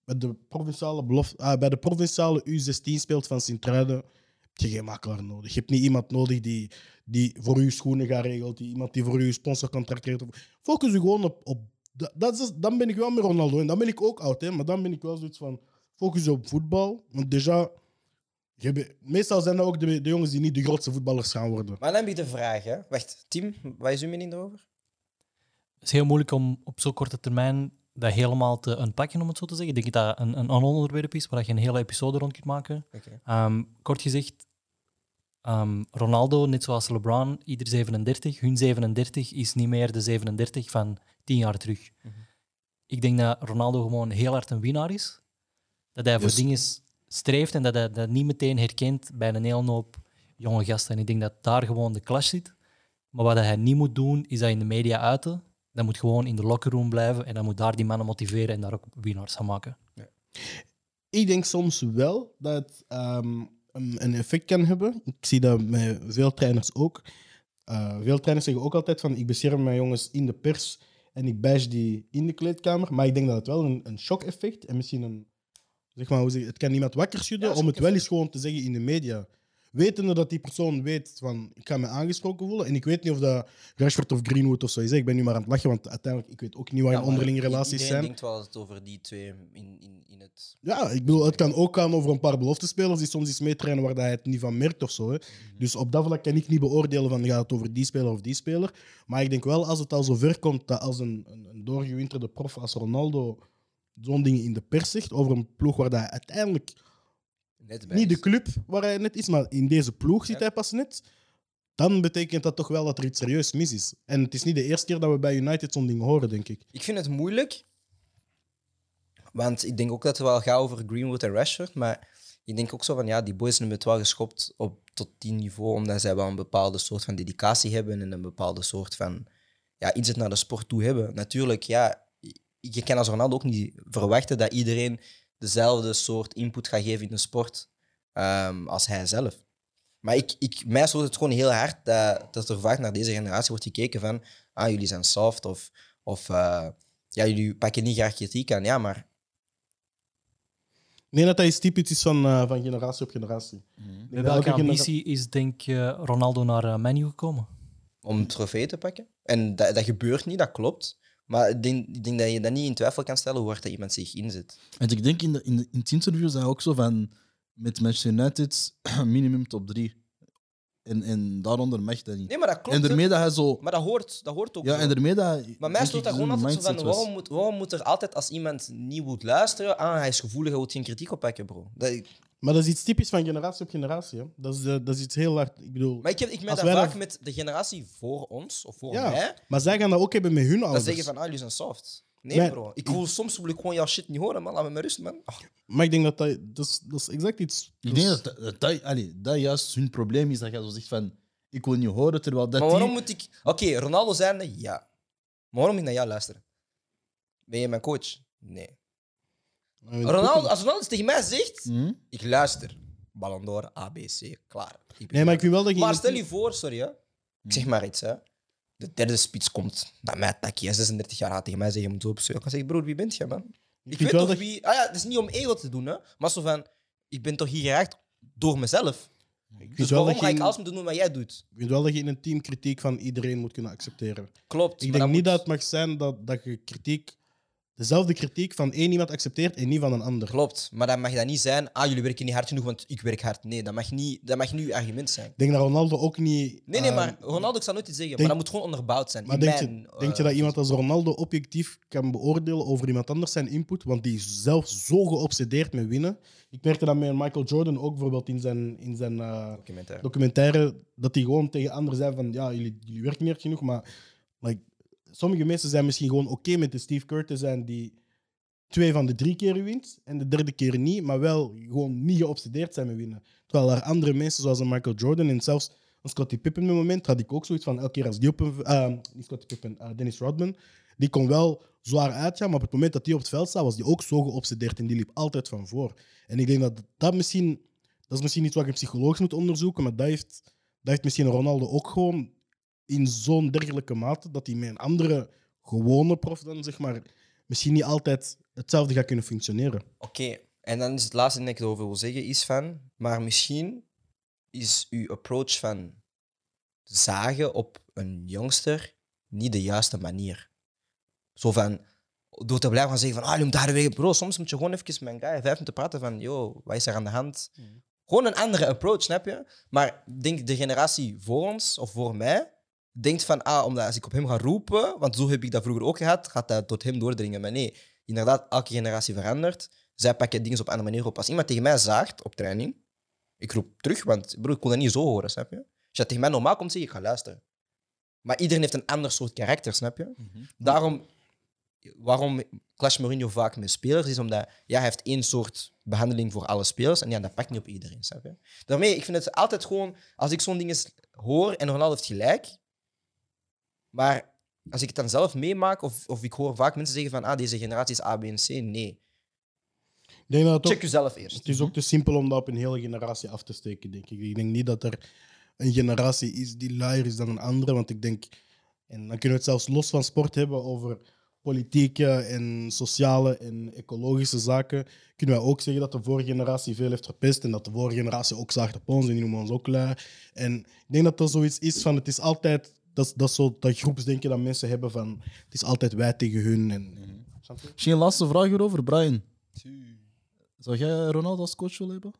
S3: bij de provinciale, belof, ah, bij de provinciale U16 speelt van Sint-Truiden, heb je geen makelaar nodig. Je hebt niet iemand nodig die, die voor u schoenen gaat regelen, die, iemand die voor u sponsorcontract regelt. Focus je gewoon op... op dat, dat is, dan ben ik wel meer Ronaldo en dan ben ik ook oud, hè, maar dan ben ik wel zoiets van focus je op voetbal. Want déjà, je hebt- meestal zijn dat ook de, de jongens die niet de grootste voetballers gaan worden.
S2: Maar dan heb ik de vraag, hè. Wacht, Tim, wat is uw mening daarover?
S5: Het is heel moeilijk om op zo'n korte termijn dat helemaal te unpacken, om het zo te zeggen. Ik denk dat dat een, een onderwerp is waar je een hele episode rond kunt maken.
S2: Oké.
S5: Ehm, kort gezegd, ehm, Ronaldo, net zoals LeBron, ieder 37. Hun 37 is niet meer de 37 van 10 jaar terug. Ik denk dat Ronaldo gewoon heel hard een winnaar is. Dat hij
S1: Yes.
S5: voor dingen s- streeft en dat hij dat niet meteen herkent bij een hele hoop jonge gasten. En ik denk dat daar gewoon de clash zit. Maar wat hij niet moet doen, is dat in de media uiten. Dat moet gewoon in de lockerroom blijven en dan moet daar die mannen motiveren en daar ook winnaars van maken.
S3: Ik denk soms wel dat het ehm, een, een effect kan hebben. Ik zie dat met veel trainers ook. Eh, veel trainers zeggen ook altijd van ik bescherm mijn jongens in de pers en ik bash die in de kleedkamer. Maar ik denk dat het wel een, een shock-effect en misschien een... Zeg maar, hoe zeg, je, het kan niemand wakker schudden
S2: Ja,
S3: om het wel
S2: shock-effect.
S3: eens gewoon te zeggen in de media. Wetende dat die persoon weet van ik ga me aangesproken voelen. En ik weet niet of dat Rashford of Greenwood of zo is. hè. Ik ben nu maar aan het lachen, want uiteindelijk ik weet ook niet wat
S2: Ja,
S3: hun
S2: maar
S3: onderlinge
S2: i-
S3: relaties
S2: iedereen
S3: zijn.
S2: denkt wel dat het over die twee in, in, in het...
S3: Ja, ik bedoel, het kan ook gaan over een paar beloftespelers die soms iets meetrainen waar hij het niet van merkt of zo. Hè. Dus op dat vlak kan ik niet beoordelen van gaat het over die speler of die speler. Maar ik denk wel, als het al zover komt dat als een, een, een doorgewinterde prof als Ronaldo zo'n ding in de pers zegt over een ploeg waar hij uiteindelijk
S2: Net bij
S3: niet de
S2: is.
S3: club waar hij net is, maar in deze ploeg zit
S2: Ja.
S3: hij pas net. Dan betekent dat toch wel dat er iets serieus mis is. En het is niet de eerste keer dat we bij United zo'n ding horen, denk ik.
S2: Ik vind het moeilijk. Want ik denk ook dat het wel gaat over Greenwood en Rashford. Maar ik denk ook zo van ja, die boys hebben het wel geschopt op tot die niveau. Omdat zij wel een bepaalde soort van dedicatie hebben. En een bepaalde soort van ja, inzet naar de sport toe hebben. Natuurlijk, ja, je kan als Ronaldo ook niet verwachten dat iedereen dezelfde soort input gaat geven in de sport ehm, als hij zelf. Maar ik, ik, mij stoort het gewoon heel hard dat, dat er vaak naar deze generatie wordt gekeken van ah, jullie zijn soft of of eh, ja, jullie pakken niet graag kritiek aan. Ja, maar
S3: Ik denk dat dat iets typisch is van, eh, van generatie op generatie.
S2: Mhm.
S3: Ik denk
S5: Met
S3: dat elke
S5: welke
S3: genera-
S5: ambitie is denk je Ronaldo naar eh, Man U gekomen?
S2: om een trofee te pakken. En dat, dat gebeurt niet, dat klopt. Maar ik denk, ik denk dat je dat niet in twijfel kan stellen hoe hard dat iemand zich inzet.
S1: Want ik denk in, de, in, de- in het interview zei hij ook zo van met Manchester United minimum top 3. En, en daaronder mag dat niet.
S2: Nee, maar dat klopt.
S1: en
S2: hè.
S1: daarmee dat hij zo...
S2: Maar dat hoort, dat hoort ook.
S1: Ja,
S2: zo.
S1: en daarmee dat... hij-
S2: Maar mij
S1: denk
S2: stoort
S1: ik
S2: dat gewoon
S1: zo'n
S2: altijd zo van,
S1: mindset was.
S2: waarom moet, waarom moet er altijd als iemand niet moet luisteren, ah, hij is gevoelig, hij moet geen kritiek oppakken, bro. Dat,
S3: Maar dat is iets typisch van generatie op generatie. Hè? Dat, is, eh, dat is iets heel hard. Ik bedoel,
S2: maar
S3: maar,
S2: ik, heb, ik merk
S3: Als
S2: dat
S3: wij
S2: vaak
S3: dat-
S2: met de generatie voor ons, of voor
S3: Ja,
S2: mij,
S3: zij gaan dat ook hebben met hun
S2: dat
S3: ouders.
S2: zeggen van, ah, jullie zijn soft. Nee,
S3: Maar-
S2: bro. Ik wil, soms wil ik gewoon jouw shit niet horen, man. Laat me met rust, man. Ah,
S3: Maar ik denk dat dat, dat, is, dat is exact iets.
S1: Ik denk dat dat, dat, allee, dat juist hun probleem is. Dat je zo zegt van, ik wil niet horen, terwijl dat
S2: maar waarom
S1: die...
S2: moet ik... Oké, Ronaldo zijn, ja. Maar waarom moet ik naar jou luisteren? Ben je mijn coach? Nee. Ronaldo, als Ronaldo iets tegen mij zegt,
S1: Hm?
S2: ik luister. Ballon d'Or, ABC, klaar.
S3: Nee, maar ik wil wel dat je.
S2: Maar stel je voor, sorry hè. Ik zeg maar iets hè. De derde spits komt naar mij takje, 36 jaar oud tegen mij zeggen, je moet zo op Ik kan zeggen, broer, wie bent je man? Ik,
S3: vind
S2: weet toch
S3: dat-
S2: wie... Ah ja, het is niet om ego te doen, hè. Maar zo van, ik ben toch hier geraakt door mezelf.
S3: Ik
S2: Dus
S3: vind, wel
S2: waarom
S3: dat
S2: ga
S3: je
S2: ik
S3: in,
S2: alles moeten doen wat jij doet?
S3: ik vind wel dat je in een team kritiek van iedereen moet kunnen accepteren.
S2: Klopt.
S3: Ik
S2: maar
S3: denk niet
S2: moet-
S3: dat het mag zijn dat, dat je kritiek, dezelfde kritiek van één iemand accepteert en niet van een ander.
S2: Klopt, maar dan mag dat niet zijn. Ah, jullie werken niet hard genoeg, want ik werk hard. Nee, dat mag niet, dat mag niet uw argument zijn.
S3: Ik denk dat Ronaldo ook niet.
S2: Nee, nee,
S3: eh,
S2: maar Ronaldo, ik zal nooit iets zeggen,
S3: denk-
S2: maar dat moet gewoon onderbouwd zijn.
S3: Maar
S2: In
S3: denk,
S2: mijn,
S3: je, denk je
S2: eh,
S3: dat iemand als Ronaldo objectief kan beoordelen over iemand anders zijn input? Want die is zelf zo geobsedeerd met winnen. Ik merkte dat met Michael Jordan ook bijvoorbeeld in zijn, in zijn eh,
S2: documentaire.
S3: documentaire. Dat hij gewoon tegen anderen zei van ja, jullie, jullie werken niet hard genoeg. Maar like, sommige mensen zijn misschien gewoon oké met de Steve Kerr te zijn die twee van de drie keer wint en de derde keer niet. Maar wel gewoon niet geobsedeerd zijn met winnen. Terwijl er andere mensen zoals een Michael Jordan en zelfs een Scottie Pippen op het moment had ik ook zoiets van elke keer als die op een... eh, niet Scottie Pippen, eh, Dennis Rodman. Die kon wel zwaar uitgaan, maar op het moment dat hij op het veld zat, was die ook zo geobsedeerd en die liep altijd van voor. En ik denk dat dat misschien... Dat is misschien iets wat je psychologisch moet onderzoeken, maar dat heeft, dat heeft misschien Ronaldo ook gewoon in zo'n dergelijke mate dat hij met een andere gewone prof dan, zeg maar, misschien niet altijd hetzelfde gaat kunnen functioneren.
S2: Oké, en dan is het laatste ding dat ik erover wil zeggen, is van, maar misschien is uw approach van zagen op een jongster niet de juiste manier. Zo van, door te blijven gaan zeggen van, ah, je moet daar weer, bro, soms moet je gewoon even met een guy vijf minuten praten van, yo, wat is er aan de hand? Gewoon een andere approach, snap je? Maar ik denk de generatie voor ons, of voor mij, denkt van, ah, omdat als ik op hem ga roepen, want zo heb ik dat vroeger ook gehad, gaat dat tot hem doordringen. Maar nee, inderdaad, elke generatie verandert. Zij pakken dingen op een andere manier op. Als iemand tegen mij zaagt op training, ik roep terug, want broer, ik kon dat niet zo horen, snap je? Als je tegen mij normaal komt zeggen, ik ga luisteren. Maar iedereen heeft een ander soort karakter, snap je? Daarom, waarom clash Mourinho vaak met spelers, is omdat ja, hij heeft één soort behandeling voor alle spelers en ja, dat pakt niet op iedereen, snap je? Daarmee, ik vind het altijd gewoon, als ik zo'n ding eens hoor en Ronaldo heeft gelijk, maar als ik het dan zelf meemaak, of, of ik hoor vaak mensen zeggen van ah, deze generatie is A, B en C. Nee.
S3: Ik denk dat het ook-
S2: Check jezelf eerst.
S3: Het is ook te simpel om dat op een hele generatie af te steken, denk ik. Ik denk niet dat er een generatie is die luier is dan een andere. Want ik denk, en dan kunnen we het zelfs los van sport hebben over politieke en sociale en ecologische zaken. Kunnen wij ook zeggen dat de vorige generatie veel heeft verpest en dat de vorige generatie ook zaagt op ons en die noemen ons ook lui. En ik denk dat dat zoiets is van het is altijd dat, is- dat, is zo, dat groepsdenken dat mensen hebben van het is altijd wij tegen hun. En, Snap je?
S1: Misschien een laatste vraag hierover, Brian. Zou jij Ronaldo als coach willen hebben?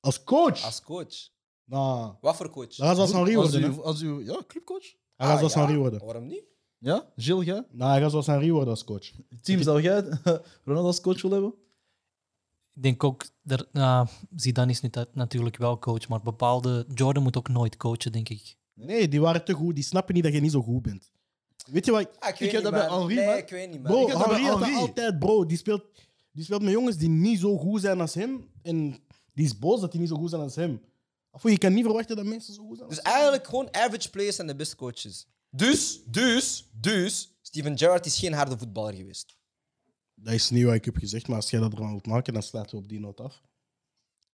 S3: Als coach?
S2: Als coach.
S3: Nou,
S2: Wat voor coach?
S3: dat gaat als Henri
S1: als
S3: worden. hè.
S1: u, als u, ja, clubcoach.
S3: Hij gaat
S2: Ah,
S3: zoals
S2: ja?
S3: Henri worden.
S2: Waarom niet?
S1: Ja, Gilles, jij?
S3: Nou, hij gaat zoals Henri worden als coach.
S1: Team, zou jij Ronaldo als coach willen hebben?
S5: Ik denk ook, daar, nou, Zidane is niet, natuurlijk wel coach, maar bepaalde... Jordan moet ook nooit coachen, denk ik.
S3: Nee, die waren te goed. Die snappen niet dat je niet zo goed bent. Weet je wat? ik-
S2: Ah,
S1: heb
S2: ik, weet
S1: dat
S2: niet,
S1: bij
S2: man.
S1: Henri,
S2: Nee,
S1: man.
S2: ik weet niet, man.
S3: Bro,
S1: ik heb dat bij
S3: Henri had dat
S1: Henri.
S3: altijd, bro. Die speelt, die speelt met jongens die niet zo goed zijn als hem. En die is boos dat die niet zo goed zijn als hem. Of je kan niet verwachten dat mensen zo goed zijn als
S2: Dus
S3: hem.
S2: eigenlijk gewoon average players zijn de beste coaches. Dus, dus, dus, Steven Gerrard is geen harde voetballer geweest.
S3: Dat is niet wat ik heb gezegd, maar als jij dat ervan wilt maken, dan sluiten we op die noot af.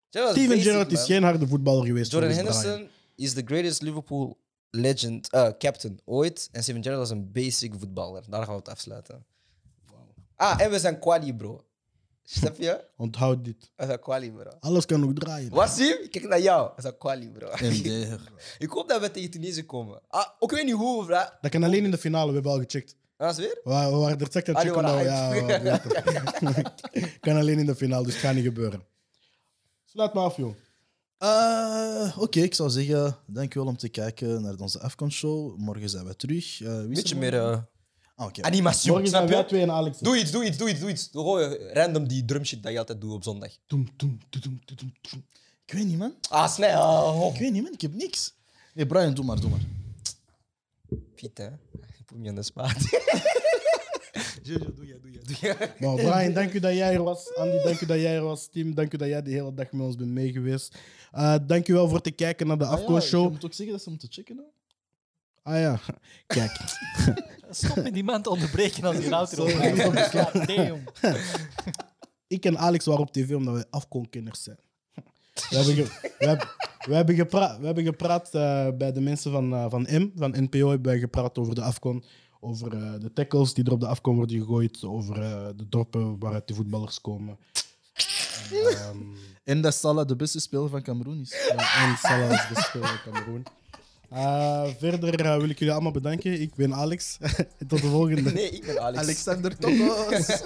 S2: Gerrard is
S3: Steven
S2: basic,
S3: Gerrard is
S2: man.
S3: geen harde voetballer geweest.
S2: Jordan
S3: volgens Brian.
S2: Henderson is the greatest Liverpool legend, eh, captain ooit. En Steven Gerrard was een basic voetballer. Daar gaan we het afsluiten. Ah, en we zijn quali, bro. Snap je?
S3: Onthoud dit.
S2: We zijn quali, bro.
S3: Alles kan nog draaien.
S2: Wasim, kijk naar jou. We zijn quali, bro.
S1: MDR.
S2: Ik hoop dat we tegen Tunesië komen. Ah, ook weet niet hoe, bro. Ah,
S3: Dat kan alleen in de finale, we hebben al gecheckt.
S2: Dat is weer?
S3: We wa- we waren er exact aan
S2: Ah,
S3: het
S2: die waren
S3: checken. maar we-
S2: hyped.
S3: nou, ja, we waren beter. kan alleen in de finale, dus het gaat niet gebeuren. Sluit me af, joh.
S1: Eh, Oké, ik zou zeggen, dankjewel om te kijken naar onze Afcon-show. Morgen zijn we terug. Eh, wie is er
S2: Beetje meer
S1: morgen?
S2: eh,
S1: Ah, oké.
S2: animatie.
S3: Morgen zijn
S2: snap je?
S3: wij twee en Alex.
S2: Doe iets, doe iets, doe iets, doe iets. Doe gewoon random die drumshit dat je altijd doet op zondag.
S1: Toem, toem, toem, toem, toem, toem. Ik weet niet, man.
S2: Ah, snel.
S1: Ik weet niet, man. Ik heb niks. Nee, Brian, doe maar, doe maar.
S2: Piet, hè. Ik voel me aan de spaat. Jojo, doe jij, doe jij, doe jij.
S3: Maar Brian, dank u dat jij er was. Andy, dank u dat jij er was. Tim, dank u dat jij de hele dag met ons bent meegeweest. Eh dank u wel voor het kijken naar de
S1: Ah ja,
S3: Afco-show.
S1: Je moet ook zeggen dat ze moeten checken. Hè?
S3: Ah ja, kijk.
S5: Stop met die man te onderbreken als die outro. Damn.
S3: Ik en Alex waren op tv omdat wij Afcon-kenners zijn. We hebben, ge- we hebben, we hebben gepra- we hebben gepraat eh, bij de mensen van, eh, van M, van NPO, hebben wij gepraat over de Afcon. over eh, de tackles die er op de afkomen worden gegooid, over eh, de dorpen waaruit de voetballers komen. Ehm,
S1: En dat Salah de beste speler van Cameroen is.
S3: en Salah is de speler van Cameroen. Eh, verder eh, wil ik jullie allemaal bedanken. Ik ben Alex. Tot de volgende.
S2: Nee, ik ben Alex.
S1: Alexander Tokos.